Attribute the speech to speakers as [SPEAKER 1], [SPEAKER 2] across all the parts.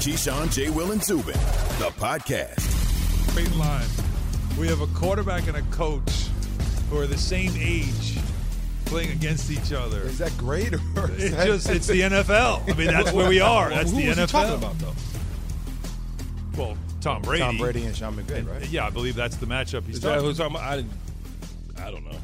[SPEAKER 1] Keyshawn, J. Will, and Zubin, the podcast.
[SPEAKER 2] straight line. We have a quarterback and a coach who are the same age playing against each other.
[SPEAKER 3] Is that great or is
[SPEAKER 2] It's
[SPEAKER 3] that-
[SPEAKER 2] just it's the NFL. I mean, that's where we are.
[SPEAKER 3] Well,
[SPEAKER 2] That's
[SPEAKER 3] who
[SPEAKER 2] the
[SPEAKER 3] was
[SPEAKER 2] NFL.
[SPEAKER 3] He talking about though?
[SPEAKER 2] Well, Tom Brady.
[SPEAKER 3] Tom Brady and Sean McVay,
[SPEAKER 2] And-
[SPEAKER 3] right?
[SPEAKER 2] Yeah, I believe that's the matchup he's
[SPEAKER 4] Is that
[SPEAKER 2] talking.
[SPEAKER 4] who's talking about? I, didn't- I don't know.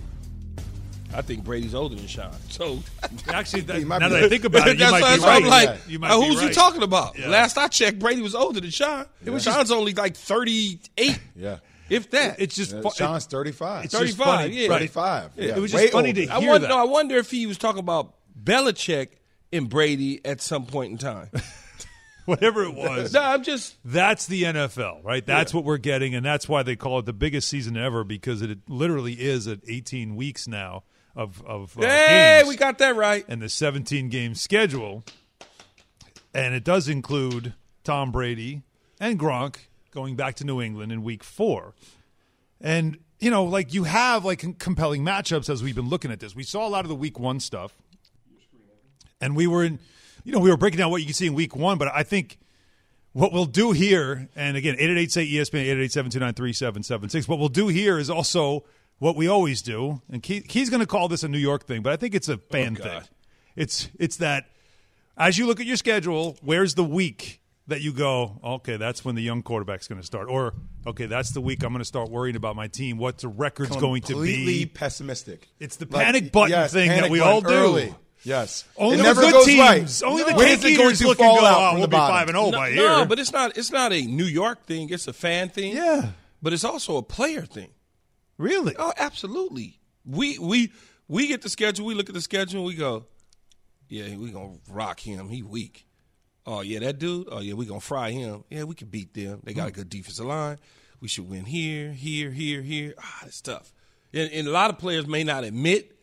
[SPEAKER 4] I think Brady's older than Sean. So
[SPEAKER 2] Actually, that,
[SPEAKER 3] He
[SPEAKER 2] now
[SPEAKER 3] might
[SPEAKER 2] that
[SPEAKER 3] be
[SPEAKER 2] I
[SPEAKER 3] right.
[SPEAKER 2] think about it, you
[SPEAKER 4] That's why-
[SPEAKER 2] might be
[SPEAKER 4] that's why
[SPEAKER 2] right.
[SPEAKER 4] I'm like,
[SPEAKER 2] you might
[SPEAKER 4] uh,
[SPEAKER 2] be
[SPEAKER 4] who's
[SPEAKER 2] right.
[SPEAKER 4] you talking about?
[SPEAKER 2] Yeah.
[SPEAKER 4] Last I checked, Brady was older than Sean. It was Sean's only like 38,
[SPEAKER 3] Yeah.
[SPEAKER 4] if that.
[SPEAKER 2] It's just
[SPEAKER 3] Uh,
[SPEAKER 2] fu-
[SPEAKER 3] Sean's 35.
[SPEAKER 2] it's just
[SPEAKER 4] 35,
[SPEAKER 2] funny.
[SPEAKER 4] yeah.
[SPEAKER 2] Right.
[SPEAKER 3] 35. Yeah.
[SPEAKER 2] It was just
[SPEAKER 3] Way
[SPEAKER 2] funny
[SPEAKER 3] older.
[SPEAKER 2] to
[SPEAKER 4] I
[SPEAKER 2] hear
[SPEAKER 4] wonder.
[SPEAKER 2] that.
[SPEAKER 4] No, I wonder if he was talking about Belichick and Brady at some point in time.
[SPEAKER 2] Whatever it was.
[SPEAKER 4] no, I'm just.
[SPEAKER 2] That's the NFL, right? That's what we're getting, and that's why they call it the biggest season ever because it literally is at 18 weeks now of of uh,
[SPEAKER 4] Hey,
[SPEAKER 2] games
[SPEAKER 4] we got that right.
[SPEAKER 2] and the 17 game schedule, and it does include Tom Brady and Gronk going back to New England in Week Four, and you know, like you have like compelling matchups as we've been looking at this. We saw a lot of the Week One stuff, and we were in, you know, we were breaking down what you could see in Week One, but I think what we'll do here, and again, 888 say E ESPN, 888 729 3776. What we'll do here is also what we always do. And Keith, Keith's going to call this a New York thing, but I think it's a fan thing. It's, it's that as you look at your schedule, where's the week that you go, okay, that's when the young quarterback's going to start? Or, okay, that's the week I'm going to start worrying about my team. What's the record's going to
[SPEAKER 3] Completely
[SPEAKER 2] be?
[SPEAKER 3] pessimistic.
[SPEAKER 2] It's the panic button thing that
[SPEAKER 3] panic
[SPEAKER 2] we
[SPEAKER 3] button
[SPEAKER 2] all do.
[SPEAKER 3] Early. Yes.
[SPEAKER 2] Only
[SPEAKER 3] it
[SPEAKER 2] the
[SPEAKER 3] never
[SPEAKER 2] good
[SPEAKER 3] goes
[SPEAKER 2] teams,
[SPEAKER 3] right.
[SPEAKER 2] only the
[SPEAKER 3] When
[SPEAKER 2] cake
[SPEAKER 3] is it going
[SPEAKER 2] eaters
[SPEAKER 3] to
[SPEAKER 2] look and
[SPEAKER 3] fall
[SPEAKER 2] go,
[SPEAKER 3] out
[SPEAKER 2] oh,
[SPEAKER 3] from
[SPEAKER 2] we'll
[SPEAKER 3] the
[SPEAKER 2] be 5
[SPEAKER 3] bottom?
[SPEAKER 2] and 0
[SPEAKER 4] no,
[SPEAKER 2] by here.
[SPEAKER 4] no, but it's not. It's not a New York thing. It's a fan thing.
[SPEAKER 2] Yeah.
[SPEAKER 4] but it's also a player thing.
[SPEAKER 2] really?
[SPEAKER 4] Oh, absolutely. We we we get the schedule. We look at the schedule. and We go, yeah, we gonna rock him. He weak. Oh yeah, that dude. Oh yeah, we gonna fry him. Yeah, we can beat them. They
[SPEAKER 2] Hmm.
[SPEAKER 4] got a good defensive line. We should win here, here, here, here. Ah, it's tough. And, and a lot of players may not admit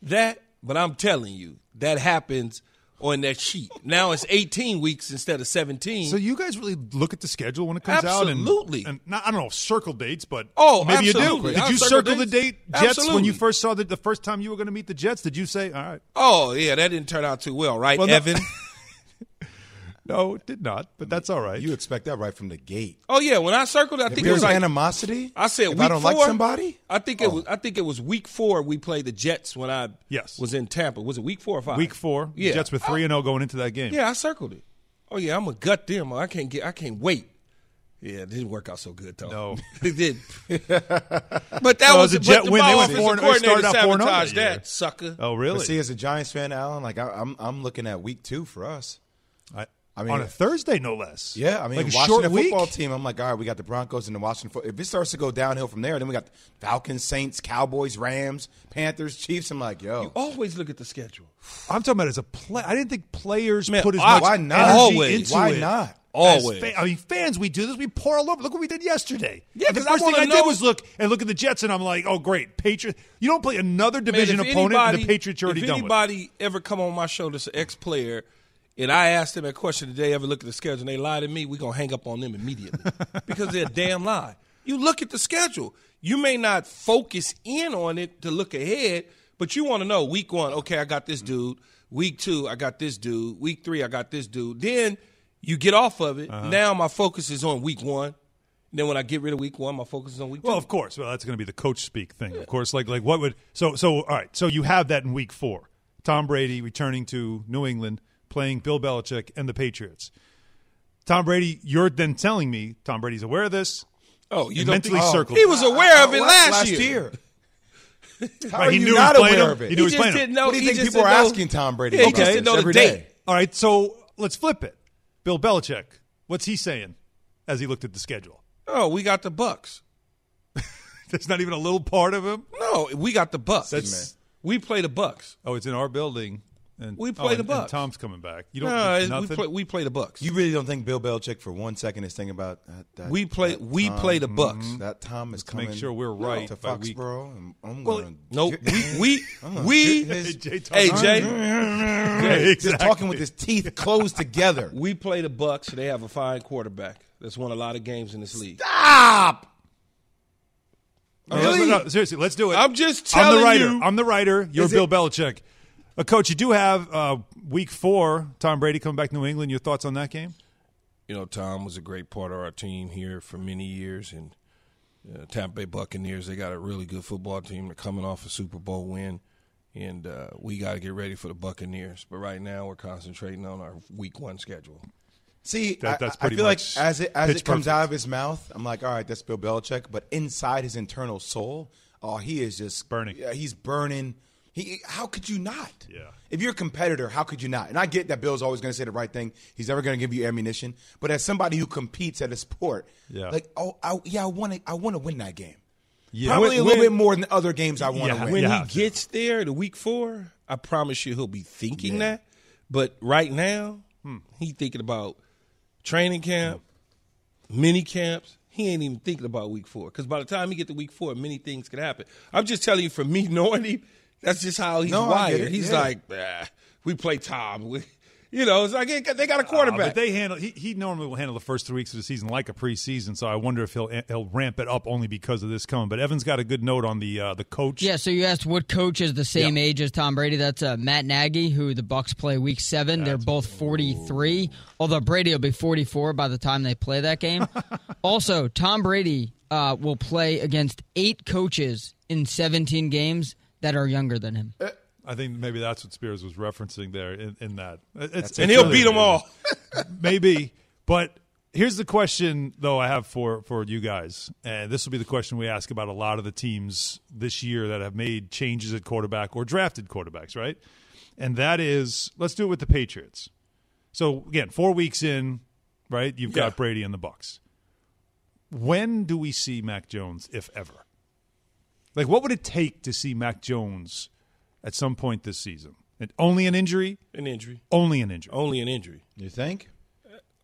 [SPEAKER 4] that, but I'm telling you, that happens on that sheet. Now it's 18 weeks instead of 17.
[SPEAKER 2] So you guys really look at the schedule when it comes out? and-
[SPEAKER 4] Absolutely.
[SPEAKER 2] And, not, I don't know, circle dates, but
[SPEAKER 4] Oh,
[SPEAKER 2] maybe
[SPEAKER 4] absolutely.
[SPEAKER 2] you do. Did
[SPEAKER 4] I'll
[SPEAKER 2] you
[SPEAKER 4] circle
[SPEAKER 2] circle the
[SPEAKER 4] dates.
[SPEAKER 2] date Jets when
[SPEAKER 4] Absolutely.
[SPEAKER 2] you first saw that the first time you were going to meet the Jets? Did you say, all right?
[SPEAKER 4] oh yeah, that didn't turn out too well, right,
[SPEAKER 2] Well, no-
[SPEAKER 4] Evan?
[SPEAKER 2] No, it did not, but that's all right.
[SPEAKER 3] You expect that right from the gate.
[SPEAKER 4] oh yeah, when I circled, I
[SPEAKER 3] If
[SPEAKER 4] think it
[SPEAKER 3] there's
[SPEAKER 4] was like
[SPEAKER 3] animosity,
[SPEAKER 4] I said
[SPEAKER 3] if
[SPEAKER 4] week
[SPEAKER 3] I don't
[SPEAKER 4] four,
[SPEAKER 3] like somebody,
[SPEAKER 4] I think
[SPEAKER 2] Oh.
[SPEAKER 4] it was. I think it was week four. We played the Jets when I
[SPEAKER 2] Yes.
[SPEAKER 4] was in Tampa. Was it week four or five?
[SPEAKER 2] Week four,
[SPEAKER 4] Yeah.
[SPEAKER 2] Jets were 3 and 0 going into that game.
[SPEAKER 4] Yeah, I circled it. Oh yeah, I'm gonna gut them. I can't get. I can't wait. Yeah, it didn't work out so good though.
[SPEAKER 2] No.
[SPEAKER 4] it did. but that
[SPEAKER 2] Well,
[SPEAKER 4] was
[SPEAKER 2] the Jet
[SPEAKER 4] but
[SPEAKER 2] win,
[SPEAKER 4] my
[SPEAKER 2] they went
[SPEAKER 4] offensive
[SPEAKER 2] four and- they
[SPEAKER 4] coordinator
[SPEAKER 2] started out four and oh
[SPEAKER 4] sabotaged
[SPEAKER 2] that year.
[SPEAKER 4] that sucker.
[SPEAKER 2] Oh,
[SPEAKER 3] But
[SPEAKER 2] really?
[SPEAKER 3] see, as a Giants fan, Alan, like I, I'm, I'm looking at week two for us.
[SPEAKER 2] I,
[SPEAKER 3] I mean-
[SPEAKER 2] on a Thursday, no less.
[SPEAKER 3] Yeah, I mean,
[SPEAKER 2] like a
[SPEAKER 3] Washington
[SPEAKER 2] short week.
[SPEAKER 3] football team. I'm like, all right, we got the Broncos and the Washington. Fo- If it starts to go downhill from there, then we got Falcons, Saints, Cowboys, Rams, Panthers, Chiefs. I'm like, yo,
[SPEAKER 4] Always look at the schedule.
[SPEAKER 2] I'm talking about as a play. I didn't think players
[SPEAKER 4] Man,
[SPEAKER 2] put as
[SPEAKER 4] I-
[SPEAKER 2] much
[SPEAKER 3] Why not?
[SPEAKER 2] energy
[SPEAKER 4] Always.
[SPEAKER 2] into
[SPEAKER 3] why
[SPEAKER 2] it.
[SPEAKER 3] not?
[SPEAKER 2] as
[SPEAKER 4] Always.
[SPEAKER 2] fa- I mean, fans, we do this. We pour all over. Look what we did yesterday.
[SPEAKER 4] Yeah,
[SPEAKER 2] the
[SPEAKER 4] 'cause I
[SPEAKER 2] first thing
[SPEAKER 4] wanna
[SPEAKER 2] I
[SPEAKER 4] know-
[SPEAKER 2] did was look and look at the Jets, and I'm like, oh, great, Patriots. You don't play another
[SPEAKER 4] Man,
[SPEAKER 2] division
[SPEAKER 4] if
[SPEAKER 2] opponent, and
[SPEAKER 4] anybody-
[SPEAKER 2] the Patriots are already
[SPEAKER 4] If
[SPEAKER 2] done with. it.
[SPEAKER 4] anybody ever come on my show that's an ex player, and I asked them a question today, ever look at the schedule, and they lie to me, we're gonna hang up on them immediately because they're a damn lie. You look at the schedule. You may not focus in on it to look ahead, but you want to know week one. Okay, I got
[SPEAKER 2] Mm-hmm.
[SPEAKER 4] this dude. Week two, I got this dude. Week three, I got this dude. Then you get off of it.
[SPEAKER 2] Uh-huh.
[SPEAKER 4] Now my focus is on week one. Then when I get rid of week one, my focus is on week
[SPEAKER 2] Well,
[SPEAKER 4] two.
[SPEAKER 2] of course. Well, that's going to be the coach speak thing. Of course, like like what would so so all right. So you have that in week four. Tom Brady returning to New England, playing Bill Belichick and the Patriots. Tom Brady, you're then telling me Tom Brady's aware of this.
[SPEAKER 4] Oh, you
[SPEAKER 2] and
[SPEAKER 4] don't
[SPEAKER 2] mentally
[SPEAKER 4] think-
[SPEAKER 2] circled.
[SPEAKER 4] He was aware of it
[SPEAKER 3] Oh,
[SPEAKER 4] last,
[SPEAKER 3] year.
[SPEAKER 4] year.
[SPEAKER 3] How
[SPEAKER 2] Right,
[SPEAKER 3] are
[SPEAKER 2] he
[SPEAKER 3] you
[SPEAKER 2] knew he was
[SPEAKER 3] not
[SPEAKER 2] playing
[SPEAKER 3] aware
[SPEAKER 2] him.
[SPEAKER 3] of it?
[SPEAKER 2] He knew he was
[SPEAKER 4] just
[SPEAKER 2] playing
[SPEAKER 4] didn't
[SPEAKER 2] him.
[SPEAKER 4] know.
[SPEAKER 3] What do you
[SPEAKER 4] he
[SPEAKER 3] think
[SPEAKER 4] just
[SPEAKER 3] people
[SPEAKER 4] didn't
[SPEAKER 3] are
[SPEAKER 4] know-
[SPEAKER 3] asking Tom Brady
[SPEAKER 4] Yeah, he
[SPEAKER 3] about
[SPEAKER 4] just
[SPEAKER 3] this
[SPEAKER 4] didn't know the
[SPEAKER 3] every
[SPEAKER 4] date.
[SPEAKER 3] day?
[SPEAKER 2] All right, so let's flip it. Bill Belichick, what's he saying as he looked at the schedule?
[SPEAKER 4] Oh, we got the Bucks.
[SPEAKER 2] There's not even a little part of him.
[SPEAKER 4] No, we got the Bucks.
[SPEAKER 2] That's-
[SPEAKER 4] we play the Bucks.
[SPEAKER 2] Oh, it's in our building. And,
[SPEAKER 4] We
[SPEAKER 2] oh,
[SPEAKER 4] play
[SPEAKER 2] and-
[SPEAKER 4] the
[SPEAKER 2] and
[SPEAKER 4] Bucks.
[SPEAKER 2] Tom's coming back. You don't
[SPEAKER 4] No,
[SPEAKER 2] do
[SPEAKER 4] it- we
[SPEAKER 2] nothing.
[SPEAKER 4] play, we play the Bucks.
[SPEAKER 3] You really don't think Bill Belichick for one second is thinking about that? that
[SPEAKER 4] we play we play the Bucks.
[SPEAKER 3] that Tom is coming.
[SPEAKER 2] make sure we're right
[SPEAKER 3] to
[SPEAKER 2] by week-
[SPEAKER 3] Foxborough. and I'm going.
[SPEAKER 4] Nope. We we we
[SPEAKER 2] Jay Tom-
[SPEAKER 4] hey Jay,
[SPEAKER 2] Yeah,
[SPEAKER 3] Just
[SPEAKER 2] exactly.
[SPEAKER 3] talking with his teeth closed together.
[SPEAKER 4] we play the Bucks. They have a fine quarterback that's won a lot of games in this league.
[SPEAKER 3] Stop.
[SPEAKER 2] No, no, no, no, seriously, let's do it.
[SPEAKER 4] I'm just
[SPEAKER 2] I'm
[SPEAKER 4] telling
[SPEAKER 2] the writer.
[SPEAKER 4] you.
[SPEAKER 2] I'm the writer. You're
[SPEAKER 3] Is
[SPEAKER 2] Bill
[SPEAKER 3] it-
[SPEAKER 2] Belichick. Uh, coach, you do have uh, week four, Tom Brady coming back to New England. Your thoughts on that game?
[SPEAKER 4] you know, Tom was a great part of our team here for many years, and uh, Tampa Bay Buccaneers. They got a really good football team. They're coming off a Super Bowl win, and uh, we got to get ready for the Buccaneers. But right now, we're concentrating on our Week One schedule.
[SPEAKER 3] See,
[SPEAKER 2] That-
[SPEAKER 3] I-
[SPEAKER 2] that's
[SPEAKER 3] I, I
[SPEAKER 2] pretty
[SPEAKER 3] feel like
[SPEAKER 2] much
[SPEAKER 3] as it as
[SPEAKER 2] pitch
[SPEAKER 3] it comes
[SPEAKER 2] perfect.
[SPEAKER 3] out of his mouth, I'm like, all right, that's Bill Belichick. But inside his internal soul, oh, he is just
[SPEAKER 2] Burning.
[SPEAKER 3] Yeah, he's burning. He, how could you not?
[SPEAKER 2] Yeah.
[SPEAKER 3] If you're a competitor, how could you not? And I get that Bill's always going to say the right thing. He's never going to give you ammunition. But as somebody who competes at a sport,
[SPEAKER 2] Yeah.
[SPEAKER 3] like, oh, I, yeah, I want to, I want to win that game.
[SPEAKER 2] Yeah.
[SPEAKER 3] Probably a
[SPEAKER 4] When-
[SPEAKER 3] little
[SPEAKER 4] when-
[SPEAKER 3] bit more than other games I want to
[SPEAKER 2] Yeah,
[SPEAKER 3] win.
[SPEAKER 4] When
[SPEAKER 2] yeah.
[SPEAKER 4] he gets there to Week Four, I promise you he'll be thinking that. But right now, hmm, he thinking about training camp, mini camps. He ain't even thinking about Week Four because by the time he get to Week Four, many things can happen. I'm just telling you, from me knowing him, that's just how he's
[SPEAKER 3] No, I get
[SPEAKER 4] wired.
[SPEAKER 3] it,
[SPEAKER 4] He's
[SPEAKER 3] yeah.
[SPEAKER 4] like, "Ah, we play Tom. We, you know, it's like they got a
[SPEAKER 2] Uh,
[SPEAKER 4] quarterback.
[SPEAKER 2] but they handle. He, he normally will handle the first three weeks of the season like a preseason. So I wonder if he'll eh, he'll ramp it up only because of this coming. But Evan's got a good note on the uh, the coach.
[SPEAKER 5] Yeah, so you asked what coach is the same age as Tom Brady. That's uh, Matt Nagy, who the Bucks play Week Seven. They're both 43, although Brady will be 44 by the time they play that game. also, Tom Brady uh, will play against eight coaches in 17 games that are younger than him.
[SPEAKER 2] I think maybe that's what Spears was referencing there in, in that. It's,
[SPEAKER 4] and
[SPEAKER 2] it's
[SPEAKER 4] he'll
[SPEAKER 2] really
[SPEAKER 4] beat
[SPEAKER 2] amazing.
[SPEAKER 4] them all.
[SPEAKER 2] maybe. But here's the question, though, I have for, for you guys. And this will be the question we ask about a lot of the teams this year that have made changes at quarterback or drafted quarterbacks, right? And that is let's do it with the Patriots. So, again, four weeks in, right? You've got
[SPEAKER 4] Yeah.
[SPEAKER 2] Brady and the Bucks. When do we see Mac Jones, if ever? Like, what would it take to see Mac Jones at some point this season? And only an injury?
[SPEAKER 4] An injury,
[SPEAKER 2] Only an injury. Oh,
[SPEAKER 4] only an injury.
[SPEAKER 3] you think?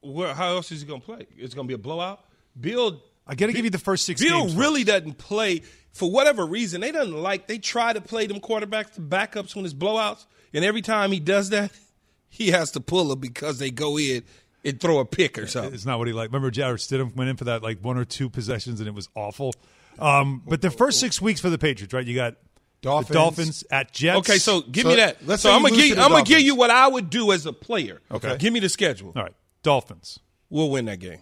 [SPEAKER 4] Where, how else is he gonna play? It's gonna be a blowout. Bill
[SPEAKER 2] I got to give you the first six
[SPEAKER 4] Bill
[SPEAKER 2] games.
[SPEAKER 4] really doesn't play for whatever reason. They doesn't like. They try to play them quarterbacks to backups when it's blowouts, and every time he does that, he has to pull them because they go in and throw a pick or something.
[SPEAKER 2] It's not what he liked. Remember, Jared Stidham went in for that like one or two possessions, and it was awful. Um, but the first six weeks for the Patriots, right? You got
[SPEAKER 3] Dolphins.
[SPEAKER 2] the Dolphins at Jets.
[SPEAKER 4] Okay, so give
[SPEAKER 3] So
[SPEAKER 4] me that.
[SPEAKER 3] let's
[SPEAKER 4] so
[SPEAKER 3] say
[SPEAKER 4] I'm
[SPEAKER 3] you
[SPEAKER 4] gonna
[SPEAKER 3] lose
[SPEAKER 4] give
[SPEAKER 3] to
[SPEAKER 4] you,
[SPEAKER 3] the
[SPEAKER 4] I'm gonna give
[SPEAKER 3] Dolphins.
[SPEAKER 4] you what I would do as a player.
[SPEAKER 3] Okay.
[SPEAKER 4] give me the schedule.
[SPEAKER 2] all right, Dolphins
[SPEAKER 4] We'll win that game.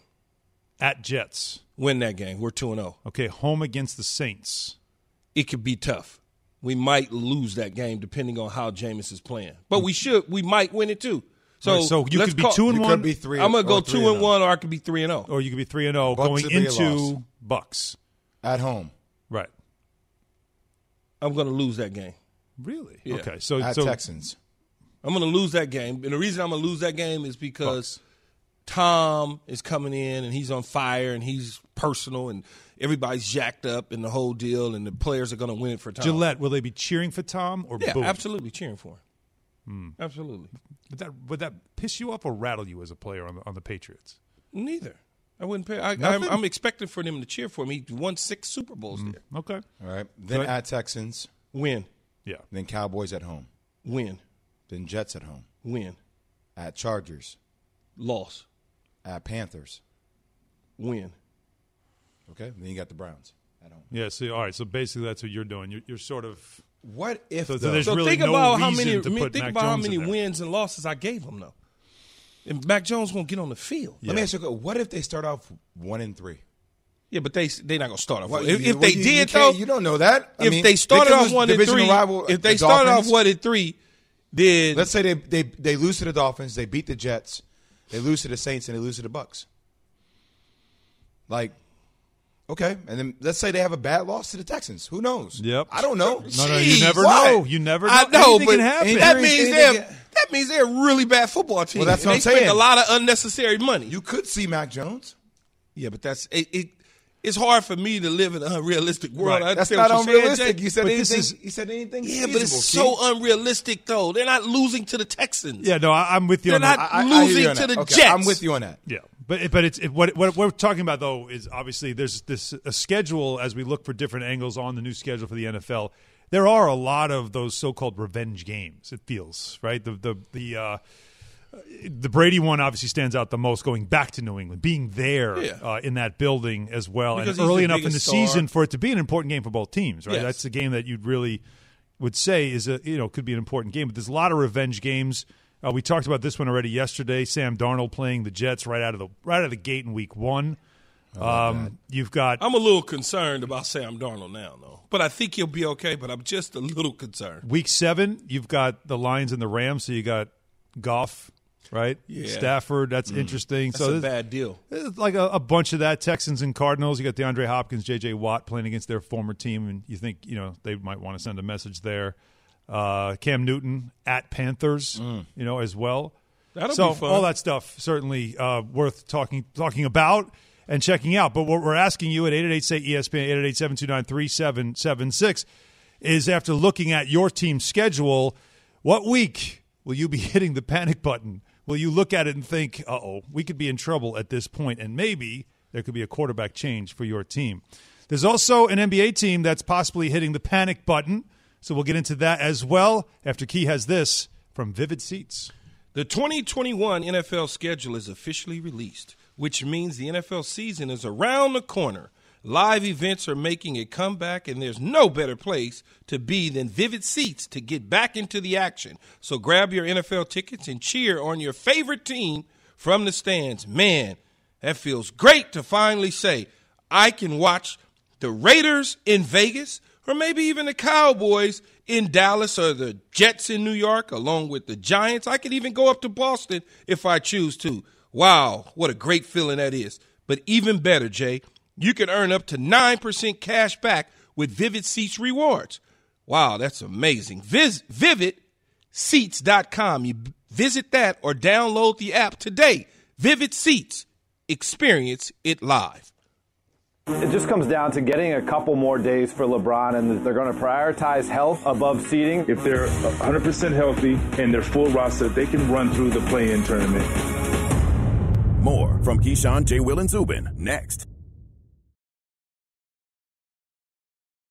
[SPEAKER 2] at Jets.
[SPEAKER 4] Win that game. We're two and oh. zero.
[SPEAKER 2] Okay, home against the Saints.
[SPEAKER 4] it could be tough. We might lose that game depending on how Jameis is playing, but we should. We might win it too. So,
[SPEAKER 2] All right, so you
[SPEAKER 4] let's
[SPEAKER 2] could be
[SPEAKER 4] call-
[SPEAKER 2] two and
[SPEAKER 3] You
[SPEAKER 2] one,
[SPEAKER 3] could be three.
[SPEAKER 4] I'm gonna
[SPEAKER 3] or
[SPEAKER 4] go
[SPEAKER 3] three
[SPEAKER 4] two and
[SPEAKER 3] oh.
[SPEAKER 4] one, or I could be three and zero.
[SPEAKER 2] or you could be three and zero
[SPEAKER 3] Bucks
[SPEAKER 2] going
[SPEAKER 3] would be a loss.
[SPEAKER 2] into Bucks.
[SPEAKER 3] at home.
[SPEAKER 2] Right.
[SPEAKER 4] I'm gonna lose that game.
[SPEAKER 2] Really?
[SPEAKER 4] Yeah.
[SPEAKER 2] Okay. So
[SPEAKER 3] At
[SPEAKER 2] so
[SPEAKER 3] Texans.
[SPEAKER 4] I'm gonna lose that game, and the reason I'm gonna lose that game is because Tom is coming in and he's on fire and he's personal and everybody's jacked up and the whole deal, and the players are gonna win it for Tom.
[SPEAKER 2] Gillette, will they be cheering for Tom or
[SPEAKER 4] yeah,
[SPEAKER 2] booing?
[SPEAKER 4] absolutely cheering for him.
[SPEAKER 2] Hmm.
[SPEAKER 4] Absolutely,
[SPEAKER 2] Would that would that piss you off or rattle you as a player on the, on the Patriots?
[SPEAKER 4] neither. I wouldn't pay. I, I'm,
[SPEAKER 3] Nothing? Mm-hmm.
[SPEAKER 4] I'm expecting for them to cheer for me. He won six Super Bowls there.
[SPEAKER 2] Okay.
[SPEAKER 3] All right. Then
[SPEAKER 2] Good.
[SPEAKER 3] at Texans.
[SPEAKER 4] Win,
[SPEAKER 2] Yeah.
[SPEAKER 3] Then Cowboys at home.
[SPEAKER 4] win,
[SPEAKER 3] Then Jets at home.
[SPEAKER 4] win,
[SPEAKER 3] At Chargers.
[SPEAKER 4] loss,
[SPEAKER 3] At Panthers.
[SPEAKER 4] win.
[SPEAKER 3] Okay. Then you got the Browns at home.
[SPEAKER 2] Yeah. So all right. So basically, that's what you're doing. You're, you're sort of
[SPEAKER 3] What if
[SPEAKER 2] So- so
[SPEAKER 3] though-
[SPEAKER 2] there's-
[SPEAKER 4] So
[SPEAKER 2] really
[SPEAKER 4] think
[SPEAKER 2] no
[SPEAKER 4] about how
[SPEAKER 2] reason
[SPEAKER 4] many.
[SPEAKER 2] to
[SPEAKER 4] I mean,
[SPEAKER 2] put
[SPEAKER 4] think
[SPEAKER 2] Mac
[SPEAKER 4] about how
[SPEAKER 2] Jones in
[SPEAKER 4] many
[SPEAKER 2] there.
[SPEAKER 4] wins and losses I gave him though. And Mac Jones gonna get on the field. Yeah,
[SPEAKER 3] Let me ask you: a que- What if they start off one and three?
[SPEAKER 4] but they they're not gonna start off.
[SPEAKER 3] Well,
[SPEAKER 4] if
[SPEAKER 3] you-
[SPEAKER 4] if they
[SPEAKER 3] you- you
[SPEAKER 4] did though,
[SPEAKER 3] can't- you don't know that. I
[SPEAKER 4] if
[SPEAKER 3] mean,
[SPEAKER 4] they started
[SPEAKER 3] could
[SPEAKER 4] off
[SPEAKER 3] lose
[SPEAKER 4] one and
[SPEAKER 3] divisional
[SPEAKER 4] three,
[SPEAKER 3] rival,
[SPEAKER 4] if
[SPEAKER 3] the
[SPEAKER 4] they started off
[SPEAKER 3] Dolphins.
[SPEAKER 4] one and three, then
[SPEAKER 3] let's say they, they they lose to the Dolphins, they beat the Jets, they lose to the Saints, and they lose to the Bucks. Like, okay, and then let's say they have a bad loss to the Texans. Who knows?
[SPEAKER 2] Yep.
[SPEAKER 3] I don't know.
[SPEAKER 2] No, no, you
[SPEAKER 4] Jeez,
[SPEAKER 2] never
[SPEAKER 4] what?
[SPEAKER 2] know. You never know.
[SPEAKER 4] I know,
[SPEAKER 2] Anything
[SPEAKER 4] but
[SPEAKER 2] can happen.
[SPEAKER 4] that
[SPEAKER 3] Injuries,
[SPEAKER 4] means
[SPEAKER 3] anything
[SPEAKER 4] they're
[SPEAKER 3] can-
[SPEAKER 4] that means they're a really bad football team.
[SPEAKER 3] Well, that's
[SPEAKER 4] and
[SPEAKER 3] what
[SPEAKER 4] they
[SPEAKER 3] I'm
[SPEAKER 4] spent
[SPEAKER 3] saying.
[SPEAKER 4] a lot of unnecessary money.
[SPEAKER 3] You could see Mac Jones.
[SPEAKER 4] yeah, but that's it. it it's hard for me to live in an unrealistic
[SPEAKER 2] Right.
[SPEAKER 4] world. I
[SPEAKER 3] That's
[SPEAKER 4] understand what
[SPEAKER 3] not
[SPEAKER 4] you're saying,
[SPEAKER 3] unrealistic.
[SPEAKER 4] Jay.
[SPEAKER 3] you said
[SPEAKER 2] But this
[SPEAKER 3] anything.
[SPEAKER 2] is-
[SPEAKER 3] you said anything.
[SPEAKER 4] Yeah, but it's
[SPEAKER 3] feasible,
[SPEAKER 4] so unrealistic, though. They're not losing to the Texans.
[SPEAKER 2] Yeah, no, I, I'm with you.
[SPEAKER 4] They're
[SPEAKER 2] on
[SPEAKER 4] not
[SPEAKER 2] that.
[SPEAKER 3] Keith. I- I- I hear you
[SPEAKER 4] losing
[SPEAKER 3] on
[SPEAKER 4] to
[SPEAKER 3] that.
[SPEAKER 4] the
[SPEAKER 3] Okay,
[SPEAKER 4] Jets.
[SPEAKER 3] I'm with you on that.
[SPEAKER 2] Yeah, but it- but it's it, what what we're talking about though is obviously there's this a schedule as we look for different angles on the new schedule for the NFL. There are a lot of those so-called revenge games. It feels right. The the the uh, the Brady one obviously stands out the most, going back to New England, being there
[SPEAKER 4] Yeah.
[SPEAKER 2] uh, in that building as well,
[SPEAKER 4] Because he's
[SPEAKER 2] and early
[SPEAKER 4] the
[SPEAKER 2] enough in the
[SPEAKER 4] biggest star.
[SPEAKER 2] season for it to be an important game for both teams. Right,
[SPEAKER 4] Yes.
[SPEAKER 2] that's the game that you'd really would say is a you know could be an important game. But there's a lot of revenge games. Uh, we talked about this one already yesterday. Sam Darnold playing the Jets right out of the right out of the gate in Week One. Um, you've got
[SPEAKER 4] I'm a little concerned about Sam Darnold now, though. But I think he'll be okay. But I'm just a little concerned.
[SPEAKER 2] Week Seven. You've got the Lions and the Rams. So you got Goff, right?
[SPEAKER 4] Yeah.
[SPEAKER 2] Stafford. That's interesting.
[SPEAKER 4] That's
[SPEAKER 2] so
[SPEAKER 4] a
[SPEAKER 2] this-
[SPEAKER 4] bad deal.
[SPEAKER 2] It's like a, a bunch of that Texans and Cardinals. You got DeAndre Hopkins, J.J. Watt playing against their former team, and you think you know they might want to send a message there. Uh, Cam Newton at Panthers, you know as well.
[SPEAKER 4] Mm. That'll
[SPEAKER 2] so
[SPEAKER 4] be fun.
[SPEAKER 2] all that stuff certainly uh, worth talking talking about and checking out. But what we're asking you at eight eight eight say E ESPN eight eight eight seven two nine three seven seven six is after looking at your team's schedule, what week will you be hitting the panic button? Will you look at it and think, uh oh, we could be in trouble at this point, and maybe there could be a quarterback change for your team? There's also an NBA team that's possibly hitting the panic button, so we'll get into that as well after Key has this from Vivid Seats.
[SPEAKER 4] The 2021 NFL schedule is officially released, which means the NFL season is around the corner. Live events are making a comeback, and there's no better place to be than Vivid Seats to get back into the action. So grab your NFL tickets and cheer on your favorite team from the stands. Man, that feels great to finally say, I can watch the Raiders in Vegas, or maybe even the Cowboys in Dallas or the Jets in New York, along with the Giants. I could even go up to Boston if I choose to. Wow, what a great feeling that is. But even better, Jay, you can earn up to 9% cash back with Vivid Seats rewards. Wow, that's amazing. Vis- VividSeats.com. You b- visit that or download the app today. Vivid Seats. Experience it live.
[SPEAKER 6] It just comes down to getting a couple more days for LeBron, and they're going to prioritize health above seeding.
[SPEAKER 7] If they're 100% healthy and they're full roster, they can run through the play-in tournament.
[SPEAKER 1] More from Keyshawn, J. Will, and Zubin next.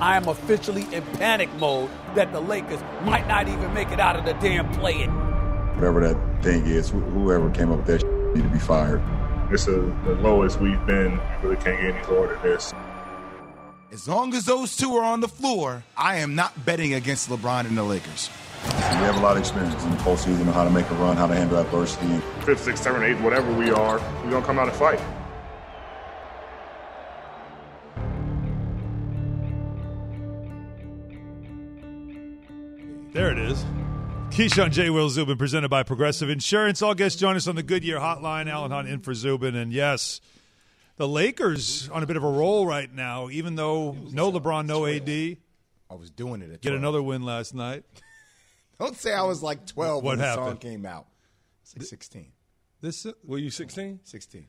[SPEAKER 8] I am officially in panic mode that the Lakers might not even make it out of the damn play-in.
[SPEAKER 9] whatever that thing is, wh- whoever came up with that shit need to be fired.
[SPEAKER 7] It's a, the lowest we've been. We really can't get any lower than this.
[SPEAKER 3] As long as those two are on the floor, I am not betting against LeBron and the Lakers.
[SPEAKER 9] We have a lot of experience in the postseason on how to make a run, how to handle adversity. And
[SPEAKER 7] Fifth, sixth, seventh, eighth, whatever we are, we're going to come out and fight.
[SPEAKER 2] There it is. Keyshawn J. Will Zubin, presented by Progressive Insurance. All guests join us on the Goodyear Hotline. Alan Hunt in for Zubin. And yes, the Lakers on a bit of a roll right now, even though no LeBron, no AD. Get
[SPEAKER 3] I was doing it at
[SPEAKER 2] another win last night.
[SPEAKER 3] Don't say I was like 12
[SPEAKER 2] What
[SPEAKER 3] when the song
[SPEAKER 2] happened?
[SPEAKER 3] came out. It's like 16.
[SPEAKER 2] This uh,
[SPEAKER 4] Were you 16?
[SPEAKER 3] 16.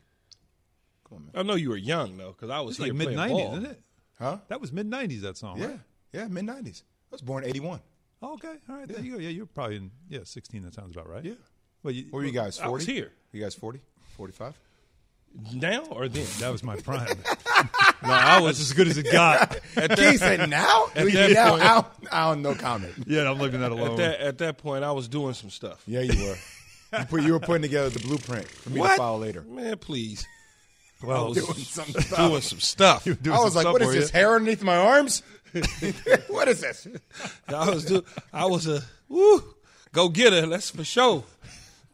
[SPEAKER 4] I know you were young though, because I was
[SPEAKER 2] was like
[SPEAKER 4] here
[SPEAKER 2] mid
[SPEAKER 4] playing
[SPEAKER 2] 90s,
[SPEAKER 4] ball.
[SPEAKER 2] isn't it?
[SPEAKER 3] Huh?
[SPEAKER 2] That was mid 90s, that song,
[SPEAKER 3] Yeah.
[SPEAKER 2] right?
[SPEAKER 3] Yeah, mid 90s. I was born 81.
[SPEAKER 2] Oh, okay. All right. There you go. Yeah, you're probably in, yeah, 16. That sounds about right. Yeah. Well, you,
[SPEAKER 3] What were you guys? 40?
[SPEAKER 4] I was here.
[SPEAKER 3] You guys 40? 45?
[SPEAKER 4] Now or then?
[SPEAKER 2] That was my prime.
[SPEAKER 4] No, I
[SPEAKER 2] That's as good as it got.
[SPEAKER 3] He said now? We-
[SPEAKER 4] that
[SPEAKER 3] now
[SPEAKER 4] point-
[SPEAKER 3] I, don't, I don't know comment.
[SPEAKER 2] yeah, I'm leaving that
[SPEAKER 4] At
[SPEAKER 2] alone.
[SPEAKER 4] that, at that point, I was doing some stuff.
[SPEAKER 3] Yeah, you were. You, put, you were putting together the blueprint for me to follow later.
[SPEAKER 4] Man, please.
[SPEAKER 2] well,
[SPEAKER 4] I was
[SPEAKER 3] Some
[SPEAKER 4] doing some stuff.
[SPEAKER 3] I was like, what is this, hair underneath my arms? what is this?
[SPEAKER 4] I was do. I was a woo go getter. That's for sure.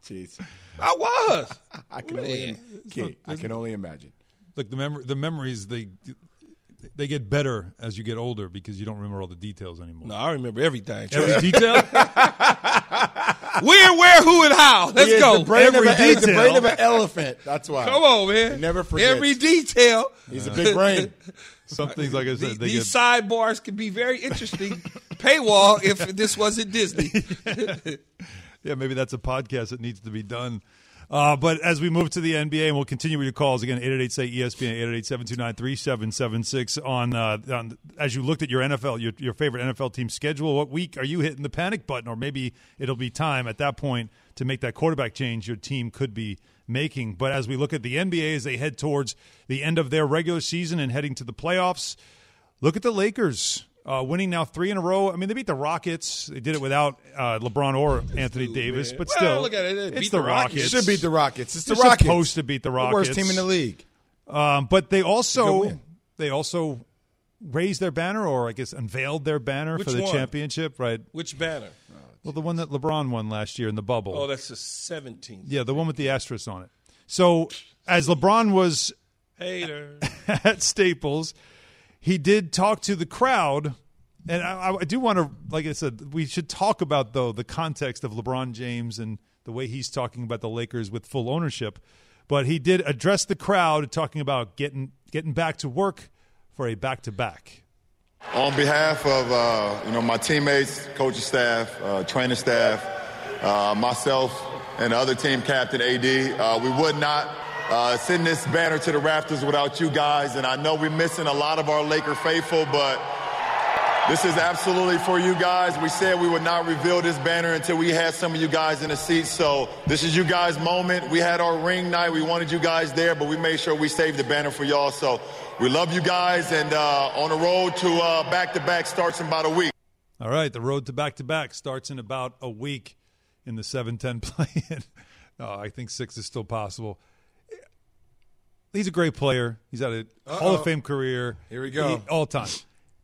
[SPEAKER 3] Jeez.
[SPEAKER 4] I was.
[SPEAKER 3] I can only,
[SPEAKER 4] Man.
[SPEAKER 3] Key, I can only imagine.
[SPEAKER 2] Look, the, mem- the memories, the they get better as you get older because you don't remember all the details anymore.
[SPEAKER 3] No, I remember everything.
[SPEAKER 2] Every detail.
[SPEAKER 3] Where, where, who, and how? Let's
[SPEAKER 10] He is
[SPEAKER 3] go.
[SPEAKER 10] The brain, of, a, he's the brain of an elephant. That's why.
[SPEAKER 3] Come on, man.
[SPEAKER 10] He never forgets.
[SPEAKER 3] Every detail.
[SPEAKER 10] He's a big brain.
[SPEAKER 2] Some things, like I said, they
[SPEAKER 3] These
[SPEAKER 10] uh,
[SPEAKER 2] get.
[SPEAKER 3] sidebars could be very interesting. Paywall if this wasn't Disney.
[SPEAKER 2] Yeah, maybe that's a podcast that needs to be done. Uh, but as we move to the NBA, and we'll continue with your calls again, 888 say ESPN, 888 729 3776. On, uh, on, as you looked at your NFL, your, your favorite NFL team schedule, what week are you hitting the panic button? Or maybe it'll be time at that point to make that quarterback change your team could be making. But as we look at the NBA as they head towards the end of their regular season and heading to the playoffs, Look at the Lakers uh, winning now three in a row. I mean, they beat the Rockets. They did it without uh, LeBron or Anthony Davis, but
[SPEAKER 3] Well,
[SPEAKER 2] still,
[SPEAKER 3] look at it. They
[SPEAKER 2] it's
[SPEAKER 3] beat
[SPEAKER 2] the,
[SPEAKER 3] the Rockets.
[SPEAKER 2] Rockets.
[SPEAKER 10] Should beat the Rockets. It's the
[SPEAKER 2] You're
[SPEAKER 10] Rockets.
[SPEAKER 2] Supposed to beat the
[SPEAKER 10] worst
[SPEAKER 2] Rockets.
[SPEAKER 10] team in the league.
[SPEAKER 2] Um, but they
[SPEAKER 10] Go
[SPEAKER 2] also
[SPEAKER 10] win.
[SPEAKER 2] they also raised their banner, or I guess unveiled their banner
[SPEAKER 3] Which
[SPEAKER 2] for the
[SPEAKER 3] one?
[SPEAKER 2] championship. Right.
[SPEAKER 3] Which banner?
[SPEAKER 2] Well, the one that LeBron won last year in the bubble.
[SPEAKER 3] Oh, that's the 17th.
[SPEAKER 2] yeah, the one with the asterisk on it. So as LeBron was
[SPEAKER 3] Hater.
[SPEAKER 2] at Staples, he did talk to the crowd. And I, I do want to, like I said, we should talk about, though, the context of LeBron James and the way he's talking about the Lakers with full ownership. But he did address the crowd talking about getting, getting back to work for a back to back.
[SPEAKER 11] On behalf of uh, you know my teammates, coaching staff, uh, training staff, uh, myself, and the other team captain AD, uh, we would not uh, send this banner to the rafters without you guys. And I know we're missing a lot of our Laker faithful, but this is absolutely for you guys. We said we would not reveal this banner until we had some of you guys in the seats. So this is you guys' moment. We had our ring night. We wanted you guys there, but we made sure we saved the banner for y'all. So we love you guys, and uh, on the road to uh, back-to-back starts in about a week.
[SPEAKER 2] All right, the road to back to back starts in about a week in the 7 10 play in. Uh, I think six is still possible. He's a great player. He's had a Hall
[SPEAKER 10] Uh-oh.
[SPEAKER 2] of Fame career.
[SPEAKER 10] Here we go.
[SPEAKER 2] all time.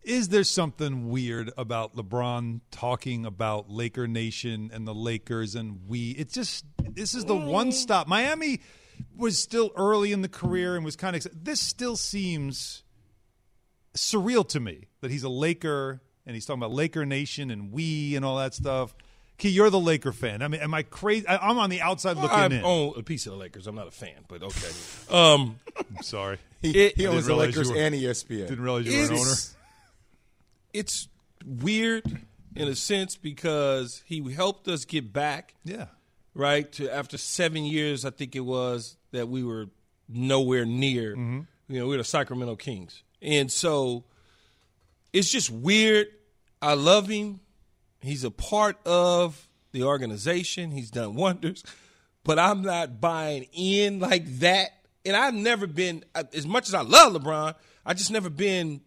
[SPEAKER 2] Is there something weird about LeBron talking about Laker Nation and the Lakers and we? It's just this is the one stop. Miami was still early in the career and was kind of this still seems surreal to me that he's a Laker and he's talking about Laker Nation and we and all that stuff. Key, you're the Laker fan. I mean, am I crazy? I, I'm on the outside looking
[SPEAKER 3] I
[SPEAKER 2] in.
[SPEAKER 3] own a piece of the Lakers. I'm not a fan, but okay. Um,
[SPEAKER 2] I'm sorry.
[SPEAKER 10] He, he
[SPEAKER 2] I didn't
[SPEAKER 10] owns the
[SPEAKER 2] realize
[SPEAKER 10] Lakers
[SPEAKER 2] you were-
[SPEAKER 10] and E ESPN.
[SPEAKER 2] Didn't realize you were an owner.
[SPEAKER 3] It's- It's weird in a sense because he helped us get back,
[SPEAKER 2] Yeah.
[SPEAKER 3] right? To after seven years, I think it was that we were nowhere near.
[SPEAKER 2] Mm-hmm.
[SPEAKER 3] You know, we were the Sacramento Kings, and so it's just weird. I love him. He's a part of the organization. He's done wonders, but I'm not buying in like that. And I've never been as much as I love LeBron. I just never been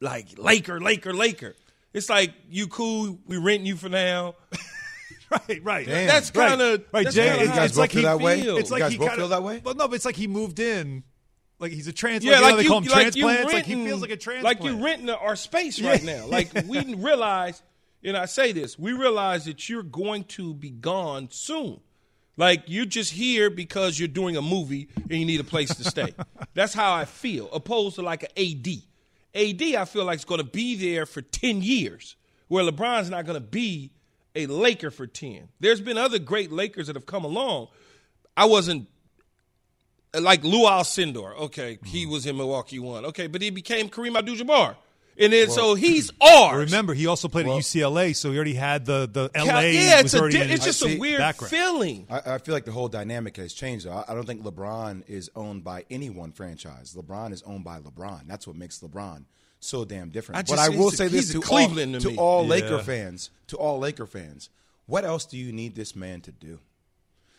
[SPEAKER 3] like Laker, Laker, Laker. It's like you cool. We renting you for now.
[SPEAKER 2] Right, right.
[SPEAKER 10] Damn.
[SPEAKER 3] That's
[SPEAKER 2] Right,
[SPEAKER 3] kinda-
[SPEAKER 2] right.
[SPEAKER 3] that's
[SPEAKER 2] Jay,
[SPEAKER 3] kinda
[SPEAKER 2] it's
[SPEAKER 3] how
[SPEAKER 10] guys
[SPEAKER 2] it's
[SPEAKER 10] both
[SPEAKER 2] like
[SPEAKER 10] feel
[SPEAKER 2] he
[SPEAKER 10] that way?
[SPEAKER 3] feels.
[SPEAKER 2] It's
[SPEAKER 10] You
[SPEAKER 2] like
[SPEAKER 10] guys
[SPEAKER 2] he
[SPEAKER 10] both
[SPEAKER 2] kinda,
[SPEAKER 10] feel that way?
[SPEAKER 2] Well, no, but it's like he moved in. Like he's a trans. like, you
[SPEAKER 3] Yeah,
[SPEAKER 2] know,
[SPEAKER 3] like
[SPEAKER 2] they
[SPEAKER 3] you,
[SPEAKER 2] call him
[SPEAKER 3] like you
[SPEAKER 2] transplants. like he
[SPEAKER 3] renting-
[SPEAKER 2] feels like a transplant.
[SPEAKER 3] Like you renting our space right now. Like we didn't realize, and I say this, we realize that you're going to be gone soon. Like you're just here because you're doing a movie and you need a place to stay. That's how I feel. Opposed to like an AD. AD, I feel like is going to be there for ten years, where LeBron's not going to be a Laker for ten. There's been other great Lakers that have come along. I wasn't like Lou Alcindor. Okay, he
[SPEAKER 2] Mm-hmm.
[SPEAKER 3] was in Milwaukee one. Okay, but he became Kareem Abdul-Jabbar, and then so he's ours.
[SPEAKER 2] Remember, he also played at UCLA, so he already had the the LA.
[SPEAKER 3] yeah, it's
[SPEAKER 2] was
[SPEAKER 3] a
[SPEAKER 2] already
[SPEAKER 3] di-
[SPEAKER 2] in
[SPEAKER 3] it's
[SPEAKER 2] his
[SPEAKER 3] just a
[SPEAKER 10] see-
[SPEAKER 3] weird
[SPEAKER 2] background.
[SPEAKER 3] feeling.
[SPEAKER 10] I, I feel like the whole dynamic has changed. Though. I, I don't think LeBron is owned by any one franchise. LeBron is owned by LeBron. That's what makes LeBron so damn different.
[SPEAKER 3] I
[SPEAKER 10] but
[SPEAKER 3] just-
[SPEAKER 10] I will
[SPEAKER 3] he's a-
[SPEAKER 10] say this
[SPEAKER 3] he's
[SPEAKER 10] to
[SPEAKER 3] a Cleveland
[SPEAKER 10] all,
[SPEAKER 3] to
[SPEAKER 10] to,
[SPEAKER 3] me.
[SPEAKER 10] all
[SPEAKER 2] Yeah.
[SPEAKER 10] Laker fans, to all Laker fans, what else do you need this man to do?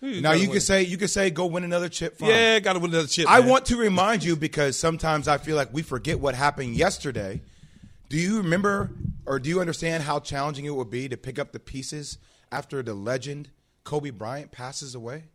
[SPEAKER 10] now
[SPEAKER 3] gotta
[SPEAKER 10] you
[SPEAKER 3] win.
[SPEAKER 10] can say you can say go win another chip. Fine.
[SPEAKER 3] Yeah, got to win another chip.
[SPEAKER 10] I
[SPEAKER 3] man.
[SPEAKER 10] want to remind you because sometimes I feel like we forget what happened yesterday. Do you remember or do you understand how challenging it would be to pick up the pieces after the legend Kobe Bryant passes away?